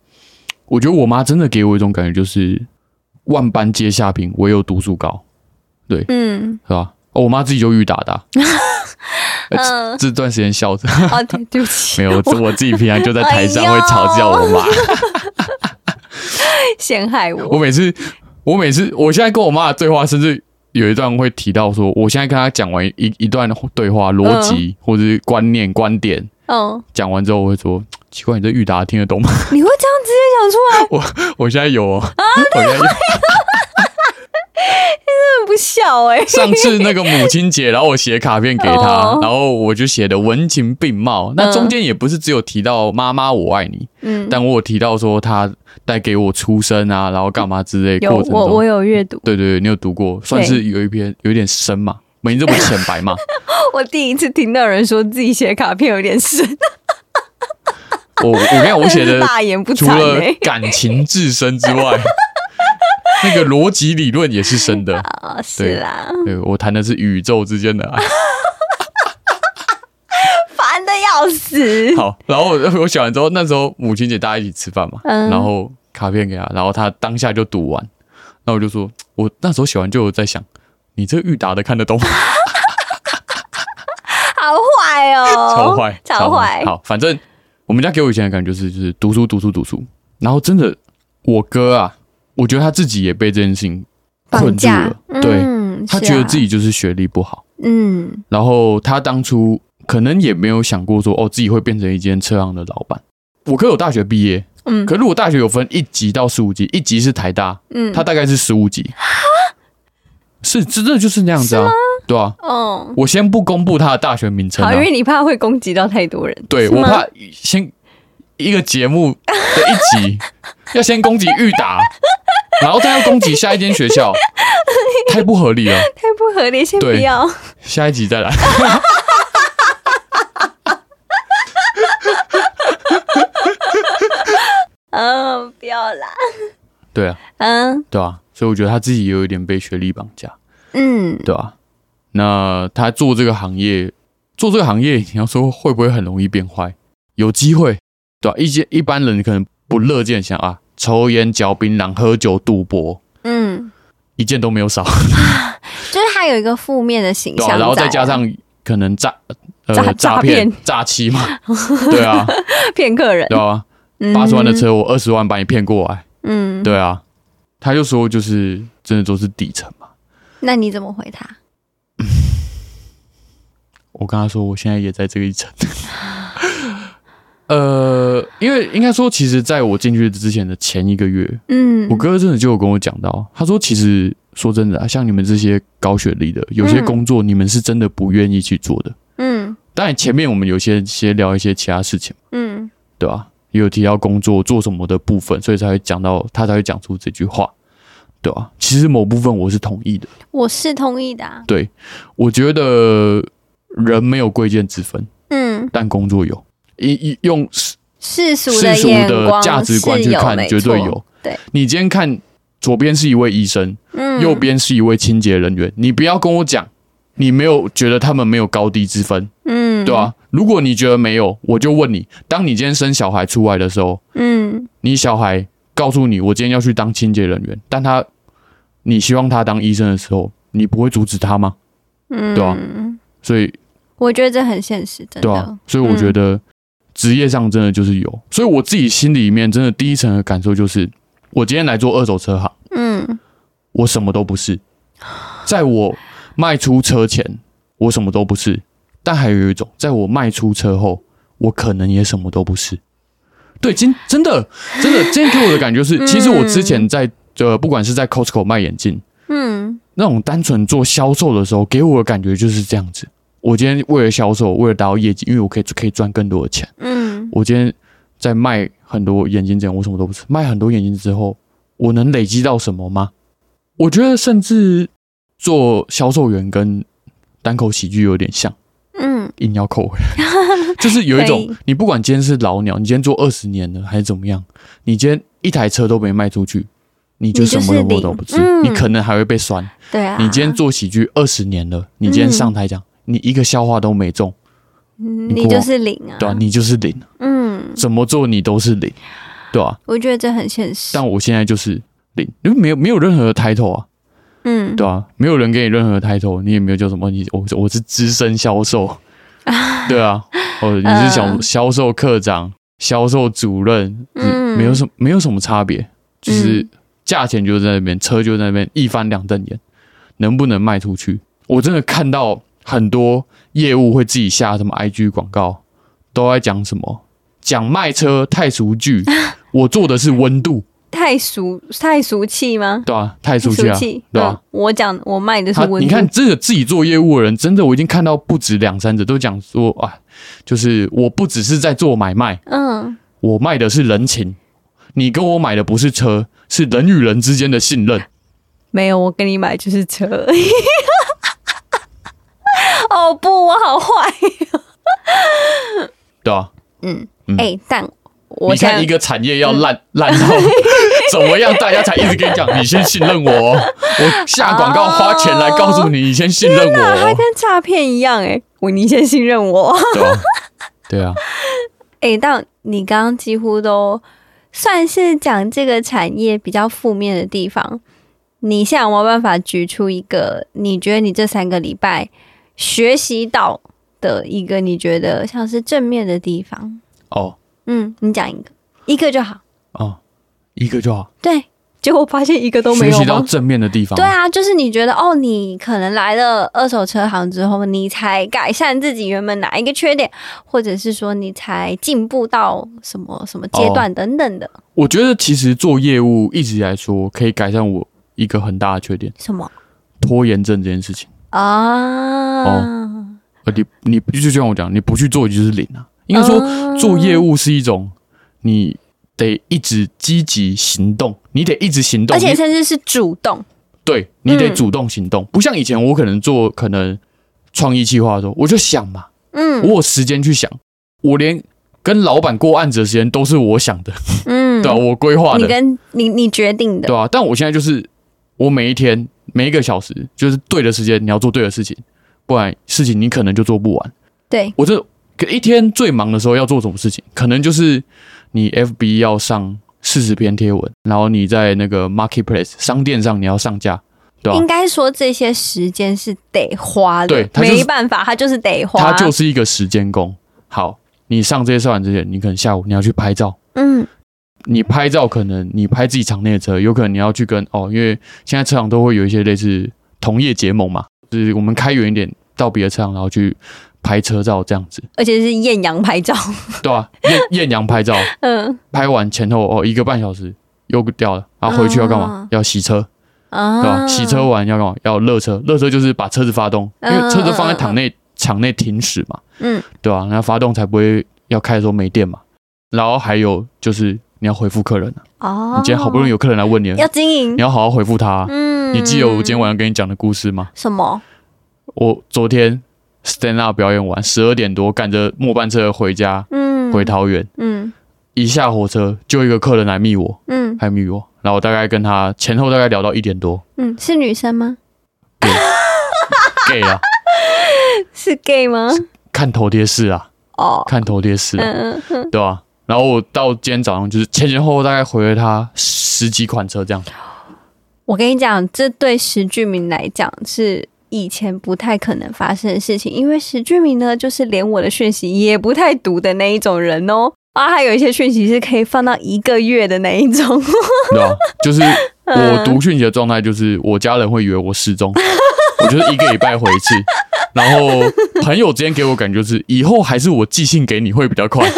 Speaker 1: 我觉得我妈真的给我一种感觉，就是万般皆下品，唯有读书高，
Speaker 2: 嗯
Speaker 1: 是吧？哦，我妈自己就遇打 的啊、
Speaker 2: 嗯，
Speaker 1: 这段时间笑着，
Speaker 2: 哦，对，对不起，
Speaker 1: 没有，我我自己平常就在台上
Speaker 2: 哎
Speaker 1: 会
Speaker 2: 呦
Speaker 1: 嘲笑我妈。
Speaker 2: 陷害我，
Speaker 1: 我每次，我每次，我现在跟我妈的对话，甚至有一段会提到说，我现在跟她讲完一一一段对话逻辑、或者是观念观点，
Speaker 2: 嗯，
Speaker 1: 讲完之后，我会说，奇怪，你这玉达听得懂吗？
Speaker 2: 你会这样直接讲出来，
Speaker 1: 我现在有哦，
Speaker 2: 啊
Speaker 1: 我现在有。
Speaker 2: 真的不笑哎、
Speaker 1: 上次那个母亲节，然后我写卡片给她，
Speaker 2: 哦
Speaker 1: 然后我就写的文情并茂。那中间也不是只有提到妈妈我爱你，
Speaker 2: 嗯，
Speaker 1: 但我有提到说她带给我出生啊，然后干嘛之类
Speaker 2: 有
Speaker 1: 过程
Speaker 2: 我我
Speaker 1: 中，
Speaker 2: 有阅读，
Speaker 1: 对对对，你有读过，算是有一篇有一点深嘛，没这么浅白 嘛。
Speaker 2: 我第一次听到有人说自己写卡片有点深，
Speaker 1: 我我跟你讲，我写
Speaker 2: 真
Speaker 1: 的
Speaker 2: 是 大言不
Speaker 1: 除
Speaker 2: 惭
Speaker 1: 了
Speaker 2: 哎、
Speaker 1: 感情至深之外，那个逻辑理论也是深 的。
Speaker 2: 啊，是啦，
Speaker 1: 对我谈的是宇宙之间的爱。
Speaker 2: 烦的要死。
Speaker 1: 好，然后我我写完之后，那时候母亲节大家一起吃饭嘛，
Speaker 2: 嗯
Speaker 1: 然后卡片给他，然后他当下就读完，那我就说，我那时候写完就有在想，你这裕达的看得懂吗？
Speaker 2: 好坏哦，
Speaker 1: 超坏，
Speaker 2: 超坏，
Speaker 1: 好，反正我们家给我以前的感觉就是，就是读书，读书，读书，然后真的，我哥啊，我觉得他自己也被这件事情困
Speaker 2: 绑
Speaker 1: 住
Speaker 2: 架
Speaker 1: 了，，对、
Speaker 2: 嗯
Speaker 1: 他觉得自，
Speaker 2: 是啊
Speaker 1: 己就是学历不好，
Speaker 2: 嗯
Speaker 1: 然后他当初可能也没有想过说，哦，自己会变成一间车行的老板。我哥有大学毕业，
Speaker 2: 嗯
Speaker 1: 可是我大学有分一级到十五级，一级是台大，
Speaker 2: 嗯，
Speaker 1: 他大概是十五级。是，真的就是那样子啊，对啊。
Speaker 2: 哦，
Speaker 1: 我先不公布他的大学名称、
Speaker 2: 好，
Speaker 1: 啊
Speaker 2: 因，为你怕会攻击到太多人，
Speaker 1: 对
Speaker 2: 是吗
Speaker 1: 我怕先一个节目的一 集要先攻击裕达，然后再要攻击下一间学 校，太不合理了。
Speaker 2: 太不合理，先不
Speaker 1: 对
Speaker 2: 要。
Speaker 1: 下一集再来。
Speaker 2: 嗯，不要啦，
Speaker 1: 对啊，
Speaker 2: 嗯
Speaker 1: 对啊，所以我觉得他自己也有一点被学历绑架，
Speaker 2: 嗯，
Speaker 1: 对啊。那他做这个行业，做这个行业，你要说会不会很容易变坏？有机会，对吧、啊一些一般人可能不乐见，想啊，抽烟、嚼槟榔、喝酒、赌博，
Speaker 2: 嗯，
Speaker 1: 一件都没有少。
Speaker 2: 就是他有一个负面的形
Speaker 1: 对
Speaker 2: 象
Speaker 1: 啊，
Speaker 2: 在，
Speaker 1: 然后再加上可能诈
Speaker 2: 诈
Speaker 1: 呃
Speaker 2: 诈
Speaker 1: 诈骗诈欺嘛，对啊，
Speaker 2: 骗客人，
Speaker 1: 对啊，八十万的车我二十万把你骗过来，
Speaker 2: 嗯，
Speaker 1: 对啊，他就说就是真的都是底层嘛。
Speaker 2: 那你怎么回他？
Speaker 1: 我跟他说我现在也在这个一层， 呃，因为应该说，其实在我进去之前的前一个月，
Speaker 2: 嗯
Speaker 1: 我哥真的就有跟我讲到，他说其实说真的啊，像你们这些高学历的，有些
Speaker 2: 嗯
Speaker 1: 工作你们是真的不愿意去做的。
Speaker 2: 嗯
Speaker 1: 当然前面我们有些些聊一些其他事情，
Speaker 2: 嗯
Speaker 1: 对吧、也有提到工作做什么的部分，所以才会讲到他才会讲出这句话，对吧、其实某部分我是同意的，
Speaker 2: 我是同意的、啊，
Speaker 1: 对我觉得人没有贵贱之分，
Speaker 2: 嗯，
Speaker 1: 但工作有，一一用
Speaker 2: 世俗
Speaker 1: 世
Speaker 2: 的
Speaker 1: 俗
Speaker 2: 眼
Speaker 1: 的
Speaker 2: 光
Speaker 1: 价值观去
Speaker 2: 是有
Speaker 1: 看，
Speaker 2: 没
Speaker 1: 绝对
Speaker 2: 错
Speaker 1: 有。
Speaker 2: 对，
Speaker 1: 你今天看左边是一位医生，
Speaker 2: 嗯，
Speaker 1: 右边是一位清洁人员，你不要跟我讲你没有觉得他们没有高低之分，
Speaker 2: 嗯，
Speaker 1: 对吧、啊如果你觉得没有，我就问你，当你今天生小孩出来的时候，
Speaker 2: 嗯
Speaker 1: 你小孩告诉你我今天要去当清洁人员，但他你希望他当医生的时候，你不会阻止他吗？
Speaker 2: 嗯，
Speaker 1: 对啊所以
Speaker 2: 我觉得这很现实，真的，嗯
Speaker 1: 对啊，所以我觉得职业上真的就是有，所以我自己心里面真的第一层的感受就是，我今天来做二手车行，
Speaker 2: 嗯
Speaker 1: 我什么都不是，在我卖出车前，我什么都不是，但还有一种，在我卖出车后，我可能也什么都不是。对，今真的真的，今天给我的感觉是，其实我之前在呃，不管是在 Costco 卖眼镜，
Speaker 2: 嗯
Speaker 1: 那种单纯做销售的时候，给我的感觉就是这样子。我今天为了销售，为了达到业绩，因为我可以可以赚更多的钱。
Speaker 2: 嗯
Speaker 1: 我今天在卖很多眼镜之前，我什么都不是。卖很多眼镜之后，我能累积到什么吗？我觉得甚至做销售员跟单口喜剧有点像，
Speaker 2: 嗯，
Speaker 1: 硬要扣回来， 就是有一种
Speaker 2: 可以
Speaker 1: 你不管今天是老鸟，你今天做二十年了还是怎么样，你今天一台车都没卖出去，你就
Speaker 2: 你就
Speaker 1: 什
Speaker 2: 是
Speaker 1: 么都
Speaker 2: 零
Speaker 1: 都不是，
Speaker 2: 嗯
Speaker 1: 你可能还会被酸。
Speaker 2: 对啊，
Speaker 1: 你今天做喜剧二十年了，你今天上台讲，你一个笑话都没中，
Speaker 2: 嗯
Speaker 1: 你
Speaker 2: 你
Speaker 1: 过
Speaker 2: 就是零啊，
Speaker 1: 对吧、你就是零，
Speaker 2: 嗯，
Speaker 1: 怎么做你都是零，对吧、
Speaker 2: 我觉得这很现实，
Speaker 1: 但我现在就是零，因为没有没有任何的 title 啊，
Speaker 2: 嗯，
Speaker 1: 对吧、啊没有人给你任何的 title，你也没有叫什么，你我我是资深销 售，对啊，哦，你是小
Speaker 2: 嗯
Speaker 1: 销售科长、销售主任，
Speaker 2: 嗯
Speaker 1: 没有什没有什么差别，就是价钱就在那边，车就在那边，一翻两瞪眼，能不能卖出去？我真的看到很多业务会自己下什么 IG 广告，都在讲什么讲卖车太俗 剧，我做的是温度，
Speaker 2: 太俗太俗气吗？
Speaker 1: 对吧、太
Speaker 2: 太
Speaker 1: 俗气啊，
Speaker 2: 气，
Speaker 1: 对吧、
Speaker 2: 嗯我讲我卖的是
Speaker 1: 他
Speaker 2: 温度，
Speaker 1: 你看这个自己做业务的人，真的我已经看到不止两三者都讲说啊，就是我不只是在做买卖，
Speaker 2: 嗯，
Speaker 1: 我卖的是人情。你跟我买的不是车，是人与人之间的信任。
Speaker 2: 没有，我跟你买就是车 而已。哦不，我好坏。
Speaker 1: 对吧、
Speaker 2: 哎、但我嗯
Speaker 1: 你
Speaker 2: 现在
Speaker 1: 看一个产业要烂烂到 怎么样，大家才一直跟你讲，你先信任我哦，我下广告花钱来告诉你，你先信任我
Speaker 2: 它
Speaker 1: 哦，
Speaker 2: 跟诈骗一样、哎，我你先信任我。
Speaker 1: 对吧、对啊，
Speaker 2: 哎、但你刚刚几乎都算是讲这个产业比较负面的地方。你现在有没有办法举出一个你觉得你这三个礼拜学习到的一个你觉得像是正面的地方？
Speaker 1: 哦
Speaker 2: 嗯，你讲一个，一个就好。
Speaker 1: 哦，一个就好，
Speaker 2: 对，结果发现一个都没
Speaker 1: 学
Speaker 2: 有
Speaker 1: 习到
Speaker 2: 吗？
Speaker 1: 正面的地方，
Speaker 2: 对啊，就是你觉得哦，你可能来了二手车行之后，你才改善自己原本哪一个缺点，或者是说你才进步到什么什么阶段等等的、
Speaker 1: 我觉得其实做业务一直以来说可以改善我一个很大的缺点
Speaker 2: 什么
Speaker 1: ——拖延症这件事情。
Speaker 2: 啊？
Speaker 1: 呃，你你就就像我讲，你不去做你就是零啊。应该说，
Speaker 2: 啊
Speaker 1: 做业务是一种你得一直积极行动，你得一直行动，
Speaker 2: 而且
Speaker 1: 你
Speaker 2: 甚至是主动，
Speaker 1: 对你得
Speaker 2: 嗯
Speaker 1: 主动行动，不像以前我可能做可能创意计划的时候，我就想嘛，我
Speaker 2: 嗯
Speaker 1: 有时间去想，我连跟老板过案子的时间都是我想的，
Speaker 2: 嗯，
Speaker 1: 对、啊、我规划
Speaker 2: 你
Speaker 1: 的，
Speaker 2: 跟你你决定的，
Speaker 1: 对啊，但我现在就是我每一天每一个小时，就是对的时间你要做对的事情，不然事情你可能就做不完。
Speaker 2: 对，
Speaker 1: 我这可一天最忙的时候要做什么事情，可能就是你 FB 要上四十篇贴文，然后你在那个 Marketplace 商店上你要上架，对啊吧
Speaker 2: 应？该说这些时间是得花的，
Speaker 1: 对他就是
Speaker 2: 没办法，他就是得花。
Speaker 1: 它就是一个时间工。好，你上这些社团之前，你可能下午你要去拍照，
Speaker 2: 嗯，
Speaker 1: 你拍照可能你拍自己场内的车，有可能你要去跟哦，因为现在车行都会有一些类似同业结盟嘛，就是我们开远一点到别的车行，然后去拍车照这样子，
Speaker 2: 而且是艳阳拍照，
Speaker 1: 对吧、艳艳阳拍照，
Speaker 2: 嗯
Speaker 1: 拍完前后哦一个半小时又掉了，然后回去要干嘛？
Speaker 2: 嗯
Speaker 1: 要洗车，对吧、
Speaker 2: 啊，
Speaker 1: 洗车完要干嘛？要热车，热车就是把车子发动，因
Speaker 2: 嗯
Speaker 1: 为车子放在场内场内停驶嘛，
Speaker 2: 嗯，
Speaker 1: 对吧、那发动才不会要开的时候没电嘛。然后还有就是你要回复客人啊，
Speaker 2: 哦，
Speaker 1: 你今天好不容易有客人来问你了，
Speaker 2: 要经营
Speaker 1: 你，要好好回复他啊、
Speaker 2: 嗯
Speaker 1: 你记得我今天晚上跟你讲的故事吗？
Speaker 2: 什么？
Speaker 1: 我昨天 stand up 表演完，十二点多赶着末班车回家，
Speaker 2: 嗯，
Speaker 1: 回，桃园，
Speaker 2: 嗯
Speaker 1: 一下火车就一个客人来密我，
Speaker 2: 嗯
Speaker 1: 还密我，然后我大概跟他前后大概聊到一点多
Speaker 2: 嗯，是女生吗？
Speaker 1: ，gay 啊，
Speaker 2: 是 gay 吗？
Speaker 1: 看头贴是啊，
Speaker 2: 哦，
Speaker 1: 看头贴是、啊，
Speaker 2: 嗯嗯
Speaker 1: 对吧、然后我到今天早上就是前前后后大概回了他十几款车这样，
Speaker 2: 我跟你讲，这对石俊明来讲是以前不太可能发生的事情，因为石俊明呢，就是连我的讯息也不太读的那一种人哦。啊，还有一些讯息是可以放到一个月的那一 种，
Speaker 1: 对吧、就是
Speaker 2: 嗯
Speaker 1: 我读讯息的状态就是我家人会以为我失踪，我就是一个礼拜回一次，然后朋友之间给我感觉就是以后还是我寄信给你会比较快，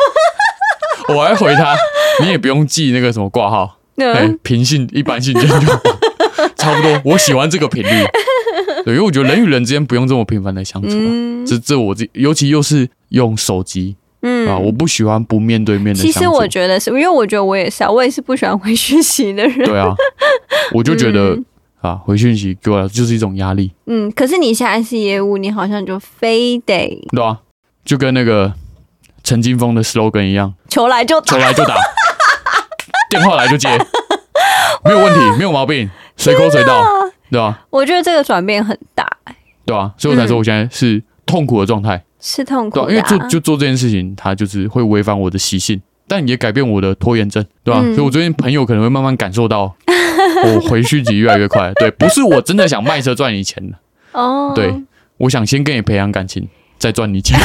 Speaker 1: 我还回他，你也不用记那个什么挂号。哎、
Speaker 2: 嗯，
Speaker 1: 平信一般信件就好差不多。我喜欢这个频率，对，因为我觉得人与人之间不用这么频繁的相处、啊。
Speaker 2: 嗯
Speaker 1: 这这我自己，尤其又是用手机、啊，
Speaker 2: 嗯。
Speaker 1: 我不喜欢不面对面的
Speaker 2: 其
Speaker 1: 相处。
Speaker 2: 实我觉得是，因为我觉得我也是啊，我也是不喜欢回讯息的人。
Speaker 1: 对啊，我就觉得、啊，回讯息给我来说就是一种压力，
Speaker 2: 嗯，可是你现在是业务，你好像就非得
Speaker 1: 对啊，就跟那个陈金峰的 slogan 一样，
Speaker 2: 求来就打
Speaker 1: 球。来就 打，电话来就接，没有问题，没有毛病，随口随到，
Speaker 2: 啊
Speaker 1: 对吧、
Speaker 2: 我觉得这个转变很大，
Speaker 1: 对啊，所以我才说我现在是痛苦的状态。
Speaker 2: 是痛苦
Speaker 1: 对
Speaker 2: 的
Speaker 1: 啊、
Speaker 2: 啊、
Speaker 1: 因为做就做这件事情，它就是会违反我的习性，但也改变我的拖延症，对吧、
Speaker 2: 嗯
Speaker 1: 所以我最近朋友可能会慢慢感受 到，我回讯息越来越快。对，不是我真的想卖车赚你钱的，
Speaker 2: 哦，
Speaker 1: 对，我想先跟你培养感情，再赚 你钱。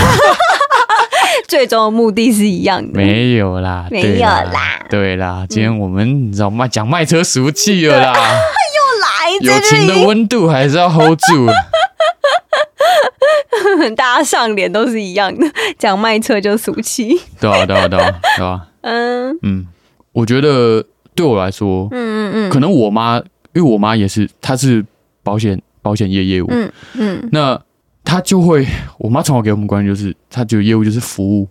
Speaker 2: 最终的目的是一样的。
Speaker 1: 没有啦，
Speaker 2: 没
Speaker 1: 对
Speaker 2: 有
Speaker 1: 啦，对啦，今天我们你知道卖讲卖车俗气了啦，
Speaker 2: 嗯 来，
Speaker 1: 友
Speaker 2: 这就
Speaker 1: 情的温度还是要 hold 住。
Speaker 2: 是 大家上脸都是一样的，讲卖车就俗气。
Speaker 1: 对啊，对啊，对啊，对啊，
Speaker 2: 嗯
Speaker 1: 嗯，我觉得对我来说，
Speaker 2: 嗯嗯
Speaker 1: 可能我妈，因为我妈也是，她是保险保险业业务，
Speaker 2: 嗯嗯
Speaker 1: 那她就会，我妈从小给我们观念就是，她觉得业务就是服务。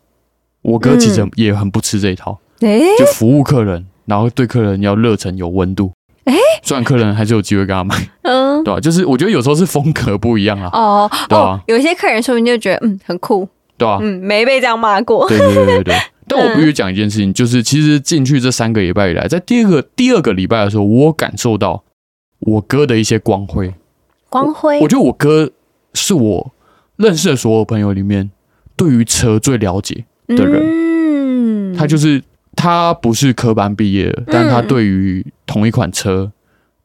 Speaker 1: 我哥其实
Speaker 2: 嗯
Speaker 1: 也很不吃这一套，
Speaker 2: 嗯，诶，
Speaker 1: 就服务客人，然后对客人要热忱有温度。
Speaker 2: 诶
Speaker 1: 虽然客人还是有机会跟他买，
Speaker 2: 嗯
Speaker 1: 对吧、就是我觉得有时候是风格不一样啊，
Speaker 2: 哦
Speaker 1: 对
Speaker 2: 哦
Speaker 1: 啊，
Speaker 2: 有些客人说不定就觉得嗯很酷，
Speaker 1: 对吧、
Speaker 2: 嗯没被这样骂过。
Speaker 1: 对对对对 对。但我必须讲一件事情，就是其实进去这三个礼拜以来，在第二个第二个礼拜的时候，我感受到我哥的一些光辉。
Speaker 2: 光辉
Speaker 1: 我觉得我哥是我认识的所有朋友里面对于车最了解，的人
Speaker 2: 嗯，
Speaker 1: 他就是他不是科班毕业的，但他
Speaker 2: 嗯
Speaker 1: 对于同一款车，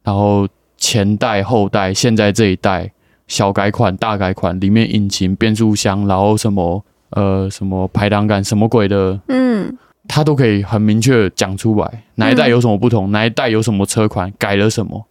Speaker 1: 然后前代、后代、现在这一代小改款、大改款里面引擎、变速箱，然后什么呃什么排挡杆什么鬼的，
Speaker 2: 嗯
Speaker 1: 他都可以很明确地讲出来哪一代有什么不同，哪一代有什么车款改了什么。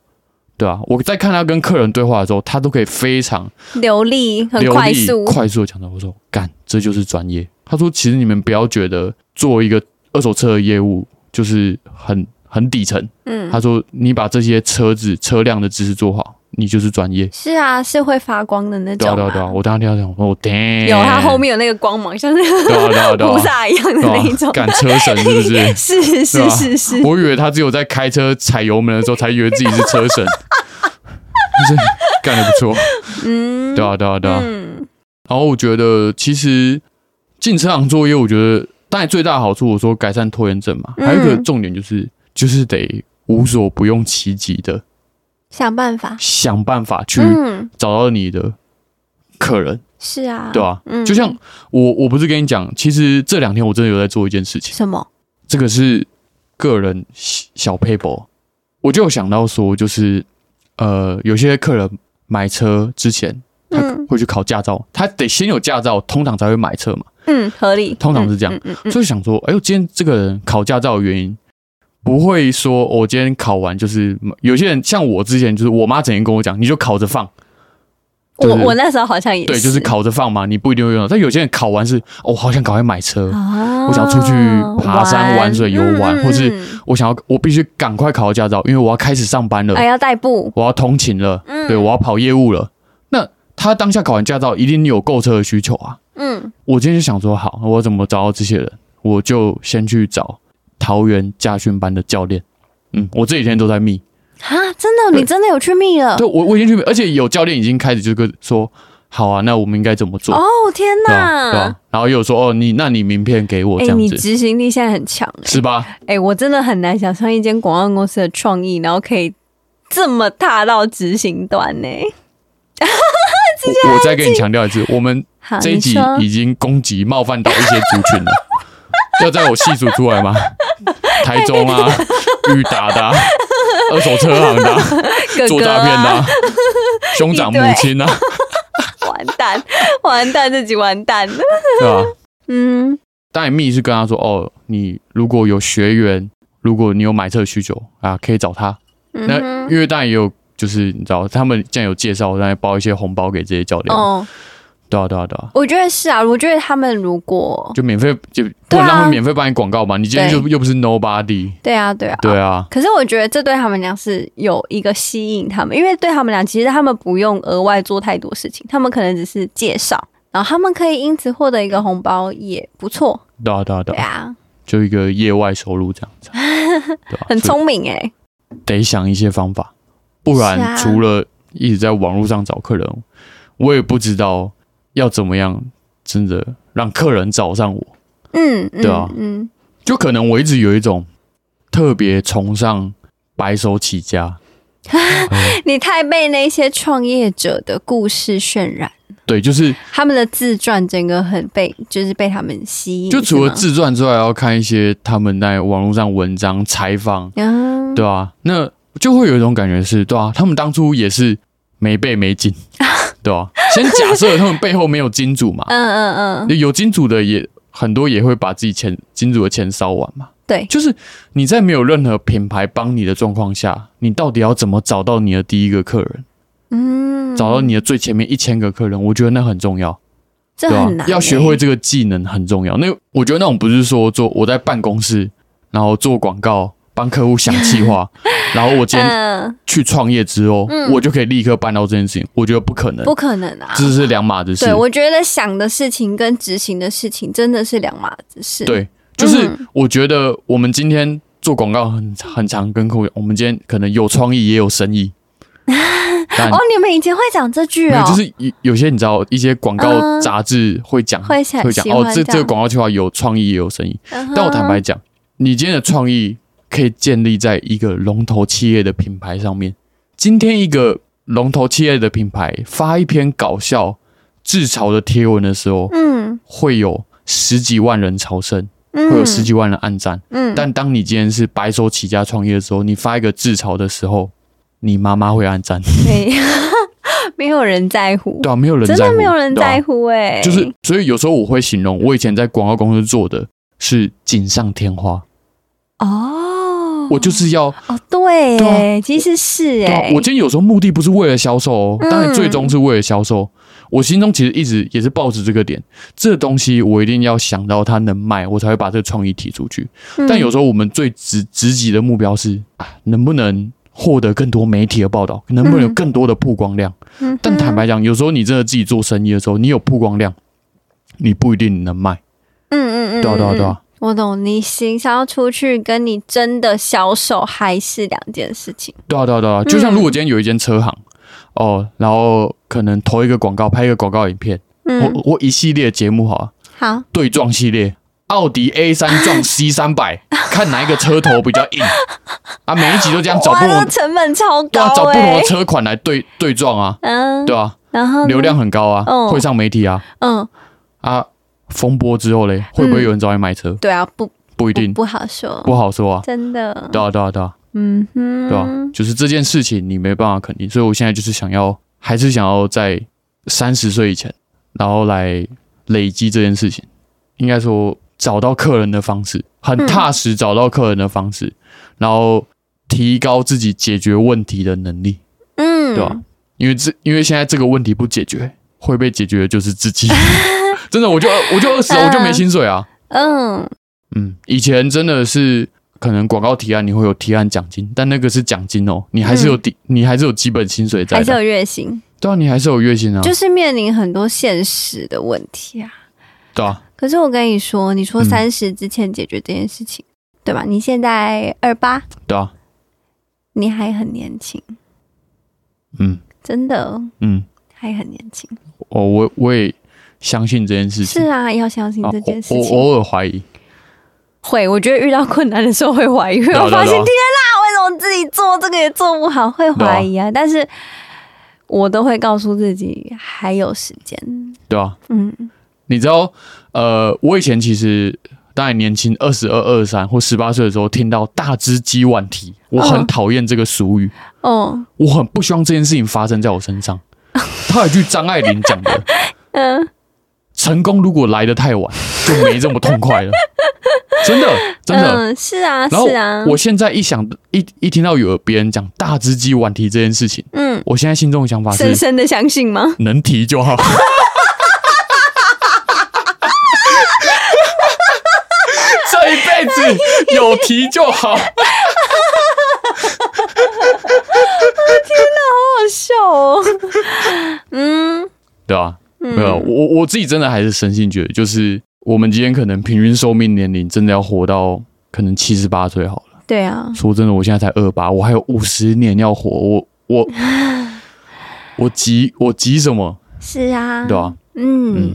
Speaker 1: 对啊，我在看他跟客人对话的时候，他都可以非常
Speaker 2: 流利很
Speaker 1: 流
Speaker 2: 快
Speaker 1: 利
Speaker 2: 速，
Speaker 1: 快速的讲到，我说干，这就是专业。他说，其实你们不要觉得做一个二手车的业务就是很很底层。
Speaker 2: 嗯
Speaker 1: 他说，你把这些车子车辆的知识做好，你就是专业。
Speaker 2: 是啊是会发光的那
Speaker 1: 对
Speaker 2: 种
Speaker 1: 啊
Speaker 2: 啊，
Speaker 1: 对啊对啊！我当时听到讲，我说 damn，
Speaker 2: 有它后面有那个光芒，像是
Speaker 1: 对啊对啊对啊
Speaker 2: 菩萨一样的
Speaker 1: 对啊
Speaker 2: 那一种，？
Speaker 1: 赶车神是不是
Speaker 2: 是
Speaker 1: 对
Speaker 2: 是
Speaker 1: 啊
Speaker 2: 是是，
Speaker 1: 我以为他只有在开车踩油门的时候才以为自己是车神， 就是干得不错。
Speaker 2: 嗯
Speaker 1: 对啊对啊对啊！
Speaker 2: 嗯
Speaker 1: 然后我觉得其实进车行作业，我觉得当然最大的好处，我说改善拖延症嘛，
Speaker 2: 嗯
Speaker 1: 还有一个重点就是就是得无所不用其极的
Speaker 2: 想办法，
Speaker 1: 想办法去
Speaker 2: 嗯
Speaker 1: 找到你的客人，
Speaker 2: 是啊，
Speaker 1: 对吧、
Speaker 2: 嗯
Speaker 1: 就像我我不是跟你讲，其实这两天我真的有在做一件事情，
Speaker 2: 什么？
Speaker 1: 这个是个人小小 paper，我就有想到说，就是呃，有些客人买车之前，他
Speaker 2: 嗯
Speaker 1: 会去考驾照，他得先有驾照，通常才会买车嘛。
Speaker 2: 嗯，合理，
Speaker 1: 通常是这样
Speaker 2: 嗯嗯嗯嗯
Speaker 1: 所以想说，哎呦，今天这个人考驾照的原因，不会说我、今天考完就是有些人像我之前就是我妈整天跟我讲，你就考着放，就是
Speaker 2: 我我那时候好像也
Speaker 1: 对，就是考着放嘛，你不一定会用到。但有些人考完是，哦，我好想赶快买车，
Speaker 2: 啊
Speaker 1: 我想出去爬山玩水游玩或是
Speaker 2: 嗯
Speaker 1: 我想要我必须赶快考到驾照，因为我要开始上班了，
Speaker 2: 哎要代步，
Speaker 1: 我要通勤了，
Speaker 2: 嗯
Speaker 1: 对我要跑业务了。那他当下考完驾照，一定有购车的需求啊。
Speaker 2: 嗯
Speaker 1: 我今天就想说，好，我怎么找到这些人？我就先去找桃园驾训班的教练。嗯，我这几天都在密，
Speaker 2: 啊，真的哦，
Speaker 1: 对
Speaker 2: 你真的有去密了
Speaker 1: 对我我已经去密，而且有教练已经开始就跟说，好啊，那我们应该怎么做？
Speaker 2: 哦，天
Speaker 1: 对吧？对
Speaker 2: 哪
Speaker 1: 吧！？然后又说，哦，你那你名片给我
Speaker 2: 哎
Speaker 1: 这，样
Speaker 2: 你
Speaker 1: 子，
Speaker 2: 执行力现在很强哎，
Speaker 1: 是 吧？
Speaker 2: 哎、我真的很难想象一间广告公司的创意，然后可以这么踏到执行端呢、
Speaker 1: 我我再跟你强调一次，我们
Speaker 2: 好，
Speaker 1: 这一
Speaker 2: 啊你
Speaker 1: 集
Speaker 2: 说
Speaker 1: 已经攻击冒犯到一些族群 了，要在我细数出来吗？台中
Speaker 2: 哎
Speaker 1: 啊，裕达的啊、二手车行的啊、
Speaker 2: 哥
Speaker 1: 做
Speaker 2: 哥、
Speaker 1: 诈骗的啊、
Speaker 2: 啊，
Speaker 1: 兄长母亲啊，
Speaker 2: 完蛋，完蛋，自己完蛋了。
Speaker 1: 对吧？
Speaker 2: 嗯，
Speaker 1: 当然，密是跟他说，哦，你如果有学员，如果你有买车的需求啊，可以找他。那
Speaker 2: 嗯哼
Speaker 1: 因为当然也有，就是你知道，他们既然有介绍，当然包一些红包给这些教练，
Speaker 2: 哦，
Speaker 1: 对啊，对啊，对啊。
Speaker 2: 我觉得是啊，我觉得他们如果
Speaker 1: 就免费就不
Speaker 2: 对
Speaker 1: 能
Speaker 2: 啊
Speaker 1: 让他们免费帮你广告嘛？你今天
Speaker 2: 对啊
Speaker 1: 又又不是 nobody，
Speaker 2: 对啊，对啊，
Speaker 1: 对啊，
Speaker 2: 可是我觉得这对他们俩是有一个吸引他们，因为对他们俩其实他们不用额外做太多事情，他们可能只是介绍，然后他们可以因此获得一个红包也不错，
Speaker 1: 对啊，对啊，对
Speaker 2: 对
Speaker 1: 啊，
Speaker 2: 啊，
Speaker 1: 就一个业外收入这样 子，对吧、啊
Speaker 2: 很
Speaker 1: 所以
Speaker 2: 聪明哎、
Speaker 1: 得想一些方法，不
Speaker 2: 是
Speaker 1: 然
Speaker 2: 啊
Speaker 1: 除了一直在网络上找客人，我也不知道要怎么样真的让客人找上我。
Speaker 2: 嗯，
Speaker 1: 对啊
Speaker 2: 嗯。嗯
Speaker 1: 就可能我一直有一种特别崇尚白手起家，
Speaker 2: 你太被那些创业者的故事渲染，
Speaker 1: 对，就是
Speaker 2: 他们的自传整个很被，就是被他们吸引。
Speaker 1: 就除了
Speaker 2: 是吗，
Speaker 1: 自传之外，要看一些他们在网络上文章采访，
Speaker 2: 嗯，
Speaker 1: 对啊，那就会有一种感觉是，对啊，他们当初也是没背没 金，对啊，先假设他们背后没有金主嘛，
Speaker 2: 嗯嗯嗯，
Speaker 1: 有金主的也很多也会把自己钱金主的钱烧完嘛，
Speaker 2: 对，
Speaker 1: 就是你在没有任何品牌帮你的状况下，你到底要怎么找到你的第一个客人，
Speaker 2: 嗯，
Speaker 1: 找到你的最前面一千个客人，我觉得那很重要，
Speaker 2: 这
Speaker 1: 对吧、啊
Speaker 2: 很难欸、
Speaker 1: 要学会这个技能很重要。那我觉得那种不是说做我在办公室，然后做广告。帮客户想计 划，然后我今天
Speaker 2: 嗯，
Speaker 1: 去创业之后，
Speaker 2: 嗯
Speaker 1: 我就可以立刻办到这件事情，我觉得不可能，
Speaker 2: 不可能啊。
Speaker 1: 这是两码子事
Speaker 2: 对，。我觉得想的事情跟执行的事情真的是两码子事。，
Speaker 1: 对，就是
Speaker 2: 嗯
Speaker 1: 我觉得我们今天做广告很很常跟客户讲，我们今天可能有创意也有生 意，但
Speaker 2: 哦，你们以前会讲这句
Speaker 1: 没
Speaker 2: 哦
Speaker 1: 有，就是有有些你知道一些广告
Speaker 2: 嗯
Speaker 1: 杂志会讲
Speaker 2: 会想
Speaker 1: 会讲
Speaker 2: 喜欢
Speaker 1: 哦，这
Speaker 2: 这
Speaker 1: 这
Speaker 2: 样
Speaker 1: 个广告计划有创意也有生意，
Speaker 2: 嗯哼
Speaker 1: 但我坦白讲，你今天的创意可以建立在一个龙头企业的品牌上面。今天一个龙头企业的品牌发一篇搞笑、自嘲的贴文的时候，
Speaker 2: 嗯
Speaker 1: 会有十几万人朝圣，
Speaker 2: 嗯，
Speaker 1: 会有十几万人按赞。
Speaker 2: 嗯，
Speaker 1: 但当你今天是白手起家创业的时候，你发一个自嘲的时候，你妈妈会按 赞，
Speaker 2: 没没有人在乎，
Speaker 1: 对啊，没有人在
Speaker 2: 真
Speaker 1: 乎，
Speaker 2: 的没有人
Speaker 1: 对啊
Speaker 2: 在乎哎、
Speaker 1: 就是，所以有时候我会形容，我以前在广告公司做的是锦上添花，
Speaker 2: 哦，
Speaker 1: 我就是要
Speaker 2: 哦，对耶，
Speaker 1: 对啊
Speaker 2: 其实是
Speaker 1: 对啊
Speaker 2: 哎、
Speaker 1: 我今天有时候目的不是为了销售哦，
Speaker 2: 嗯
Speaker 1: 当然最终是为了销售。我心中其实一直也是抱着这个点，这东西我一定要想到它能卖，我才会把这个创意提出去。
Speaker 2: 嗯
Speaker 1: 但有时候我们最直直击的目标是啊，能不能获得更多媒体的报道，能不能有
Speaker 2: 嗯
Speaker 1: 更多的曝光量？
Speaker 2: 嗯哼
Speaker 1: 但坦白讲，有时候你真的自己做生意的时候，你有曝光量，你不一定能卖。
Speaker 2: 嗯嗯嗯，
Speaker 1: 对啊，对啊，对
Speaker 2: 嗯。嗯
Speaker 1: 啊，
Speaker 2: 我懂你行，想要出去跟你真的销售还是两件事情。
Speaker 1: 对啊，对啊，
Speaker 2: 嗯
Speaker 1: 对啊。就像如果今天有一间车行。哦，然后可能投一个广告，拍一个广告影片，
Speaker 2: 嗯，
Speaker 1: 我我一系列节目好了，
Speaker 2: 好，
Speaker 1: 对撞系列，奥迪 A 三撞 C 三 百，看哪一个车头比较硬啊？每一集都这样找
Speaker 2: 哇，
Speaker 1: 不
Speaker 2: 这
Speaker 1: 同
Speaker 2: 个，成本超
Speaker 1: 对啊，
Speaker 2: 高
Speaker 1: 找不同
Speaker 2: 哎、
Speaker 1: 的车款来对对撞啊，
Speaker 2: 嗯，
Speaker 1: 对啊，
Speaker 2: 然后呢
Speaker 1: 流量，很高啊，
Speaker 2: 嗯
Speaker 1: 会上媒体啊
Speaker 2: 嗯，
Speaker 1: 啊，风波之后嘞，会不会有人找你买车？
Speaker 2: 对啊，不
Speaker 1: 不一
Speaker 2: 嗯不
Speaker 1: 定，
Speaker 2: 不好说，
Speaker 1: 不好说啊。
Speaker 2: 真的。
Speaker 1: 对啊，对啊，对啊，
Speaker 2: 嗯哼，
Speaker 1: 对啊吧、就是这件事情你没办法肯定，所以我现在就是想要，还是想要在三十岁以前，然后来累积这件事情。应该说找到客人的方式，很
Speaker 2: 嗯
Speaker 1: 踏实找到客人的方式，然后提高自己解决问题的能力，
Speaker 2: 嗯，
Speaker 1: 对吧、啊因为这因为现在这个问题不解决，会被解决的就是自 己。真的，我就我就二十，我就没薪水啊。
Speaker 2: 嗯，
Speaker 1: 嗯，以前真的是可能广告提案你会有提案奖金，但那个是奖金哦，你还是有底，你还是有基本薪水在
Speaker 2: 嗯还是有
Speaker 1: 的，
Speaker 2: 月薪，
Speaker 1: 对啊，你还是有月薪啊，
Speaker 2: 就是面临很多现实的问题啊。
Speaker 1: 对啊，
Speaker 2: 可是我跟你说，你说
Speaker 1: 嗯
Speaker 2: 三十之前解决这件事情，对吧？你现在二八，
Speaker 1: 对啊，
Speaker 2: 你还很年轻，
Speaker 1: 嗯
Speaker 2: 真的
Speaker 1: 嗯，
Speaker 2: 还很年轻。
Speaker 1: 我我我也相信这件事情，
Speaker 2: 是啊，要相信
Speaker 1: 啊
Speaker 2: 这件事
Speaker 1: 我
Speaker 2: 情。
Speaker 1: 我偶尔怀疑，
Speaker 2: 会，我觉得遇到困难的时候会怀疑，因为
Speaker 1: 对啊
Speaker 2: 我发现
Speaker 1: 对啊
Speaker 2: 天啦，为什么自己做这个也做不好，会怀疑啊。但是我都会告诉自己还有时间。
Speaker 1: 对啊，
Speaker 2: 嗯
Speaker 1: 你知道，呃，我以前其实当然年轻，二十二、二三或十八岁的时候，听到“大只鸡晚啼”，我很
Speaker 2: 嗯
Speaker 1: 讨厌这个俗语，
Speaker 2: 哦
Speaker 1: 我很不希望这件事情发生在我身 上。他有一句张爱玲讲的，
Speaker 2: 嗯，
Speaker 1: 成功如果来得太晚，就没这么痛快 了。真的，真的。
Speaker 2: 嗯，是啊
Speaker 1: 然后
Speaker 2: 是啊，
Speaker 1: 我现在一想，一一听到有别人讲“大只鸡晚啼”这件事情，
Speaker 2: 嗯，
Speaker 1: 我现在心中的想法
Speaker 2: 深
Speaker 1: 是
Speaker 2: 深的相信吗？
Speaker 1: 能提就 好。 这一辈子有提就好，
Speaker 2: 好笑哦。 嗯
Speaker 1: 对吧、没有，我我自己真的还是深信觉得，就是我们今天可能平均寿命年龄真的要活到可能七十八岁好了。
Speaker 2: 对啊，
Speaker 1: 说真的，我现在才二八，我还有五十年要活，我我 我急我急什么？
Speaker 2: 是啊，
Speaker 1: 对吧、
Speaker 2: 嗯，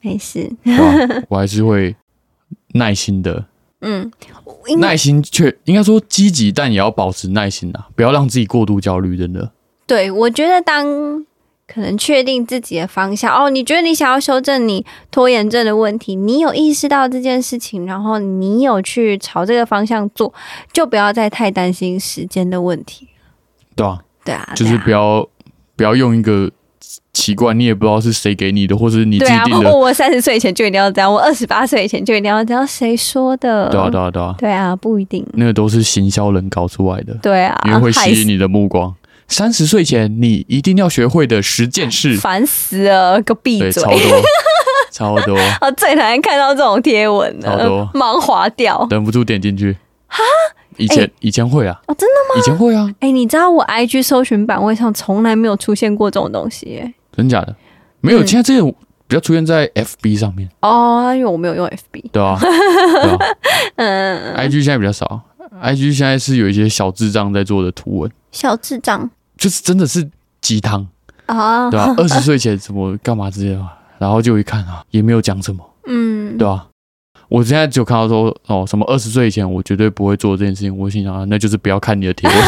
Speaker 2: 没事，
Speaker 1: 对吧、我还是会耐心的
Speaker 2: 嗯，我应
Speaker 1: 耐心却应该说积极，但也要保持耐心啊，不要让自己过度焦虑。真的，
Speaker 2: 对，我觉得当可能确定自己的方向哦，你觉得你想要修正你拖延症的问题，你有意识到这件事情，然后你有去朝这个方向做，就不要再太担心时间的问题。
Speaker 1: 对啊，
Speaker 2: 对啊，
Speaker 1: 就是不
Speaker 2: 对啊
Speaker 1: 要不要用一个奇怪，你也不知道是谁给你的，或是你自
Speaker 2: 对
Speaker 1: 己
Speaker 2: 啊，
Speaker 1: 定
Speaker 2: 不
Speaker 1: 的
Speaker 2: 过，我三十岁以前就一定要这样，我二十八岁以前就一定要这样，谁说的？
Speaker 1: 对啊，对啊，对啊，
Speaker 2: 对啊不一定。
Speaker 1: 那个都是行销人搞出来的，
Speaker 2: 对啊，
Speaker 1: 因为会
Speaker 2: 害
Speaker 1: 吸引你的目光。三十岁前，你一定要学会的十件事
Speaker 2: 死，烦死了，个啊闭
Speaker 1: 对，
Speaker 2: 嘴
Speaker 1: 超！ 多，超多，
Speaker 2: 我最讨厌看到这种贴文
Speaker 1: 超多
Speaker 2: 了，忙划掉。
Speaker 1: 忍不住点进去。以前以前会啊，
Speaker 2: 啊哦，真的
Speaker 1: 以前会啊，
Speaker 2: 哎、你知道我 IG 搜寻版位上从来没有出现过这种东西耶？
Speaker 1: 真假的？没有，现在这种比较出现在 FB 上面。
Speaker 2: 哦，因为我没有用 FB。
Speaker 1: 对啊，对啊
Speaker 2: 嗯，
Speaker 1: ，IG 现在比较少，IG 现在是有一些小智障在做的图文，
Speaker 2: 小智障
Speaker 1: 就是真的是鸡汤，
Speaker 2: 啊，
Speaker 1: 对 吧、啊？二十岁前怎么干嘛之类的嘛，然后就一看啊，也没有讲什么，
Speaker 2: 嗯，
Speaker 1: 对吧、啊？我现在只有看到说哦，什么二十岁以前我绝对不会做这件事情，我心想啊，那就是不要看你的贴文，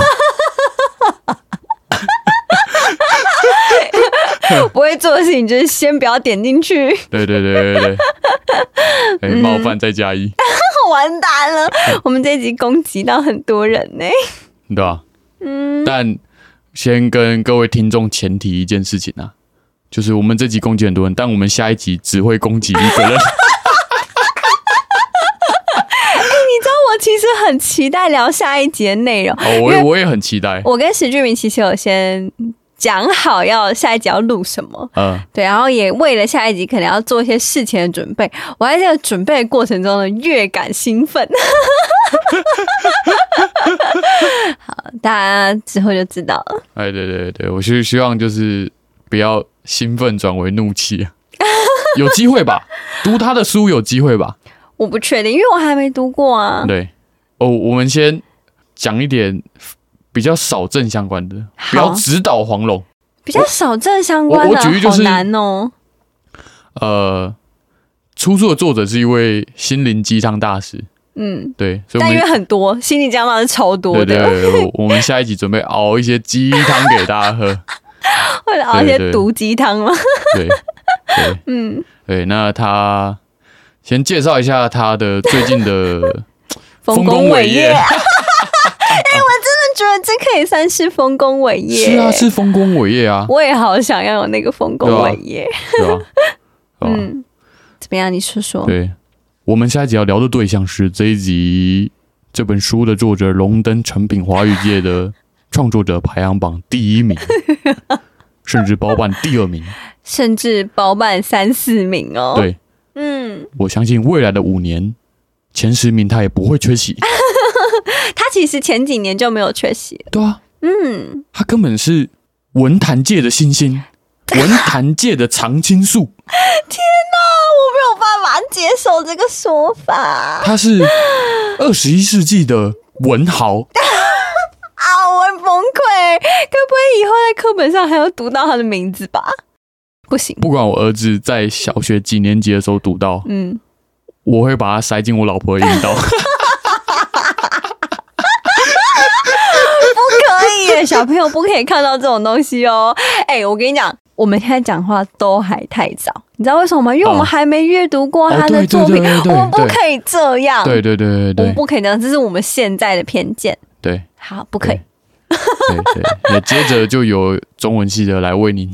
Speaker 1: 啊
Speaker 2: 不会做的事情就是先不要点进去，
Speaker 1: 对对对对对对，
Speaker 2: 嗯
Speaker 1: 哎、冒犯再加一，
Speaker 2: 完蛋了，
Speaker 1: 嗯
Speaker 2: 我们这一集攻击到很多人呢。哎
Speaker 1: 对吧、嗯，但先跟各位听众前提一件事情啊，就是我们这集攻击很多人，但我们下一集只会攻击一个 人。
Speaker 2: 但我其实很期待聊下一集的内容，
Speaker 1: 哦，
Speaker 2: 因
Speaker 1: 我
Speaker 2: 为
Speaker 1: 我也很期待。
Speaker 2: 我跟石俊明其实有先讲好要下一集要录什么，
Speaker 1: 嗯，
Speaker 2: 对，然后也为了下一集可能要做一些事前的准备。我在这个准备的过程中呢，越感兴奋。 好，大家之后就知道了。
Speaker 1: 哎，对对对对，我希希望就是不要兴奋转为怒气，啊 有机会吧？读他的书有机会吧？
Speaker 2: 我不确定，因为我还没读过啊。
Speaker 1: 对，哦，我们先讲一点比较少正相关的，不
Speaker 2: 好
Speaker 1: 要指导黄龙。
Speaker 2: 比较少正相关的，
Speaker 1: 我我举例就是
Speaker 2: 好难哦。
Speaker 1: 呃，出书的作者是一位心灵鸡汤大师，
Speaker 2: 嗯，
Speaker 1: 对，所以我
Speaker 2: 但因
Speaker 1: 们
Speaker 2: 为很多，心理讲法是超多
Speaker 1: 对
Speaker 2: 的，
Speaker 1: 对对对，我我们下一集准备熬一些鸡汤给大家 喝。
Speaker 2: 为了熬一
Speaker 1: 对
Speaker 2: 些
Speaker 1: 对
Speaker 2: 毒鸡汤嘛。
Speaker 1: 对，对，嗯，对。那他先介 绍一下他的最近的
Speaker 2: 丰功伟业
Speaker 1: 业，
Speaker 2: 我知觉得这可以算是丰功伟业。
Speaker 1: 是啊，是丰功伟业啊，
Speaker 2: 我也好想要有那个丰功伟业。
Speaker 1: 对啊吧？哦对吧
Speaker 2: 嗯，怎么样？你说说。
Speaker 1: 对，我们下一集要聊的对象是这一集这本书的作者荣登成品华语界的创作者排行榜第一名，甚至包办第二名。
Speaker 2: 甚至包办三四名哦。，
Speaker 1: 对
Speaker 2: 嗯，
Speaker 1: 我相信未来的五年，前十名他也不会缺席。
Speaker 2: 他其实前几年就没有缺席了。
Speaker 1: 对啊，
Speaker 2: 嗯，
Speaker 1: 他根本是文坛界的新星，文坛界的常青树，
Speaker 2: 我没有办法接受这个说法啊
Speaker 1: 他是二十一世纪的文豪。
Speaker 2: 啊！我会崩溃，该不会以后在课本上还要读到他的名字吧？不行，
Speaker 1: 不管我儿子在小学几年级的时候读到，
Speaker 2: 嗯，
Speaker 1: 我会把它塞进我老婆的阴道。
Speaker 2: 不可以耶，小朋友不可以看到这种东西哦。 哎、我跟你讲，我们现在讲话都还太早，你知道为什么吗？因为我们
Speaker 1: 哦
Speaker 2: 还没阅读过他
Speaker 1: 哦
Speaker 2: 的
Speaker 1: 对对
Speaker 2: 作品，
Speaker 1: 对对对
Speaker 2: 我们不
Speaker 1: 对
Speaker 2: 可以这样，
Speaker 1: 对对对对
Speaker 2: 我
Speaker 1: 对
Speaker 2: 们不可以这样，这是我们现在的偏见。
Speaker 1: 对
Speaker 2: 好，不可以
Speaker 1: 对。对对，那接着就有中文系的来为您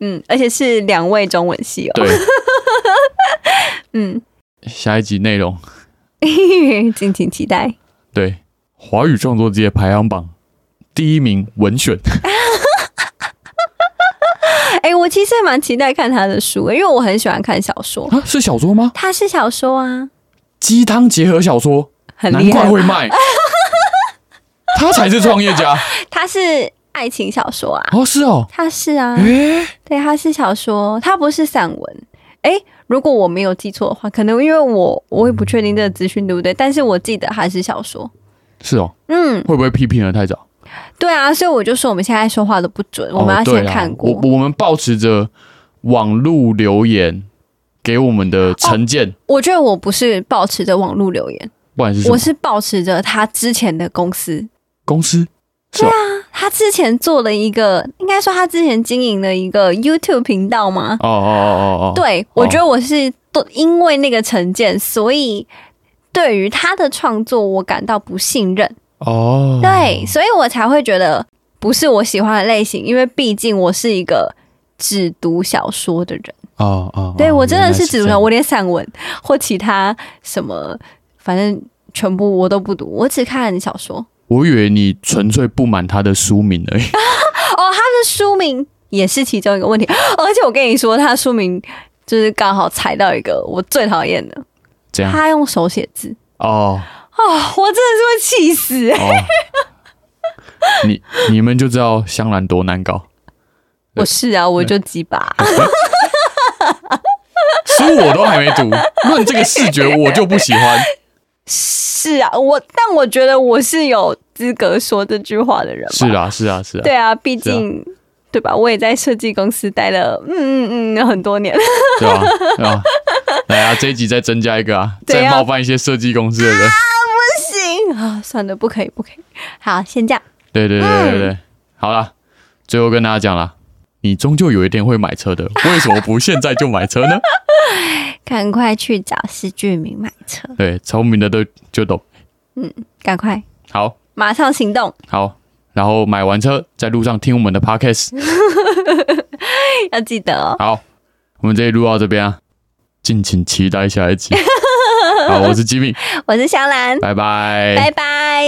Speaker 2: 嗯，而且是两位中文系哦。
Speaker 1: 对
Speaker 2: 嗯，
Speaker 1: 下一集内容。
Speaker 2: 敬请期待。
Speaker 1: 对，华语创作界排行榜第一名文选，
Speaker 2: 哎、我其实也蛮期待看他的书，因为我很喜欢看小说。
Speaker 1: 啊， 是小说吗？
Speaker 2: 他是小说啊，
Speaker 1: 鸡汤结合小说，
Speaker 2: 很
Speaker 1: 难
Speaker 2: 厉害
Speaker 1: 怪。会卖。他才是创业 家
Speaker 2: 他是爱情小说啊，
Speaker 1: 哦，是哦，
Speaker 2: 他是啊，
Speaker 1: 诶、
Speaker 2: 对，他是小说，他不是散文。哎、如果我没有记错的话，可能因为我我也不确定这个资讯对不对，但是我记得他是小说。
Speaker 1: 是哦，
Speaker 2: 嗯，
Speaker 1: 会不会批评的太早？
Speaker 2: 对啊，所以我就说我们现在说话都不准，我们要
Speaker 1: 哦对
Speaker 2: 先
Speaker 1: 啦
Speaker 2: 看过。
Speaker 1: 我我们保持着网络留言给我们
Speaker 2: 哦
Speaker 1: 的成见，
Speaker 2: 我觉得我不是保持着网络留言，
Speaker 1: 不然是什么
Speaker 2: 我是保持着他之前的公司，
Speaker 1: 公司，是哦
Speaker 2: 他之前做了一个，应该说他之前经营了一个 YouTube 频道吗？
Speaker 1: 哦哦哦哦哦，
Speaker 2: 对，啊我觉得我是都因为那个成见，所以对于他的创作我感到不信任，
Speaker 1: 哦，
Speaker 2: 对，所以我才会觉得不是我喜欢的类型，因为毕竟我是一个。只读小说的人，
Speaker 1: 哦哦，
Speaker 2: 对
Speaker 1: 哦
Speaker 2: 我真的是只读小，
Speaker 1: 原来
Speaker 2: 说，我
Speaker 1: 这样
Speaker 2: 连散文或其他什么，反正全部我都不读，我只看小说。
Speaker 1: 我以为你纯粹不满他的书名 而已。
Speaker 2: 哦，他的书名也是其中一个问题， 而且我跟你说，他的书名就是刚好踩到一个我最讨厌的，
Speaker 1: 这样
Speaker 2: 他用手写字
Speaker 1: 哦
Speaker 2: 哦，我真的是会气死、欸。
Speaker 1: 哦，你你们就知道香兰多难搞，哎
Speaker 2: 我是啊，我就鸡巴，
Speaker 1: 书我都还没读，论这个视觉我就不喜欢。
Speaker 2: 是啊，我但我觉得我是有资格说这句话的人吧，
Speaker 1: 是啊是啊是啊，
Speaker 2: 对啊，毕竟、对吧？我也在设计公司待了，嗯嗯嗯，很多年。
Speaker 1: 对吧？对吧？来啊，这一集再增加一个啊，
Speaker 2: 对
Speaker 1: 再
Speaker 2: 啊
Speaker 1: 冒犯一些设计公司的人。
Speaker 2: 行啊，算了，不可以，不可以。好，先这样。
Speaker 1: 对对对对对对，好啦，最后跟大家讲啦，你终究有一天会买车的，为什么不现在就买车呢？
Speaker 2: 赶快去找施俊明买车，
Speaker 1: 对，聪明的都就懂。
Speaker 2: 赶快，
Speaker 1: 好，
Speaker 2: 马上行动！
Speaker 1: 好，然后买完车，在路上听我们的 podcast。
Speaker 2: 要记得哦。
Speaker 1: 好，我们这一录到这边啊，敬请期待下一集。好，我是吉米，
Speaker 2: 我是香兰，
Speaker 1: 拜拜，
Speaker 2: 拜拜。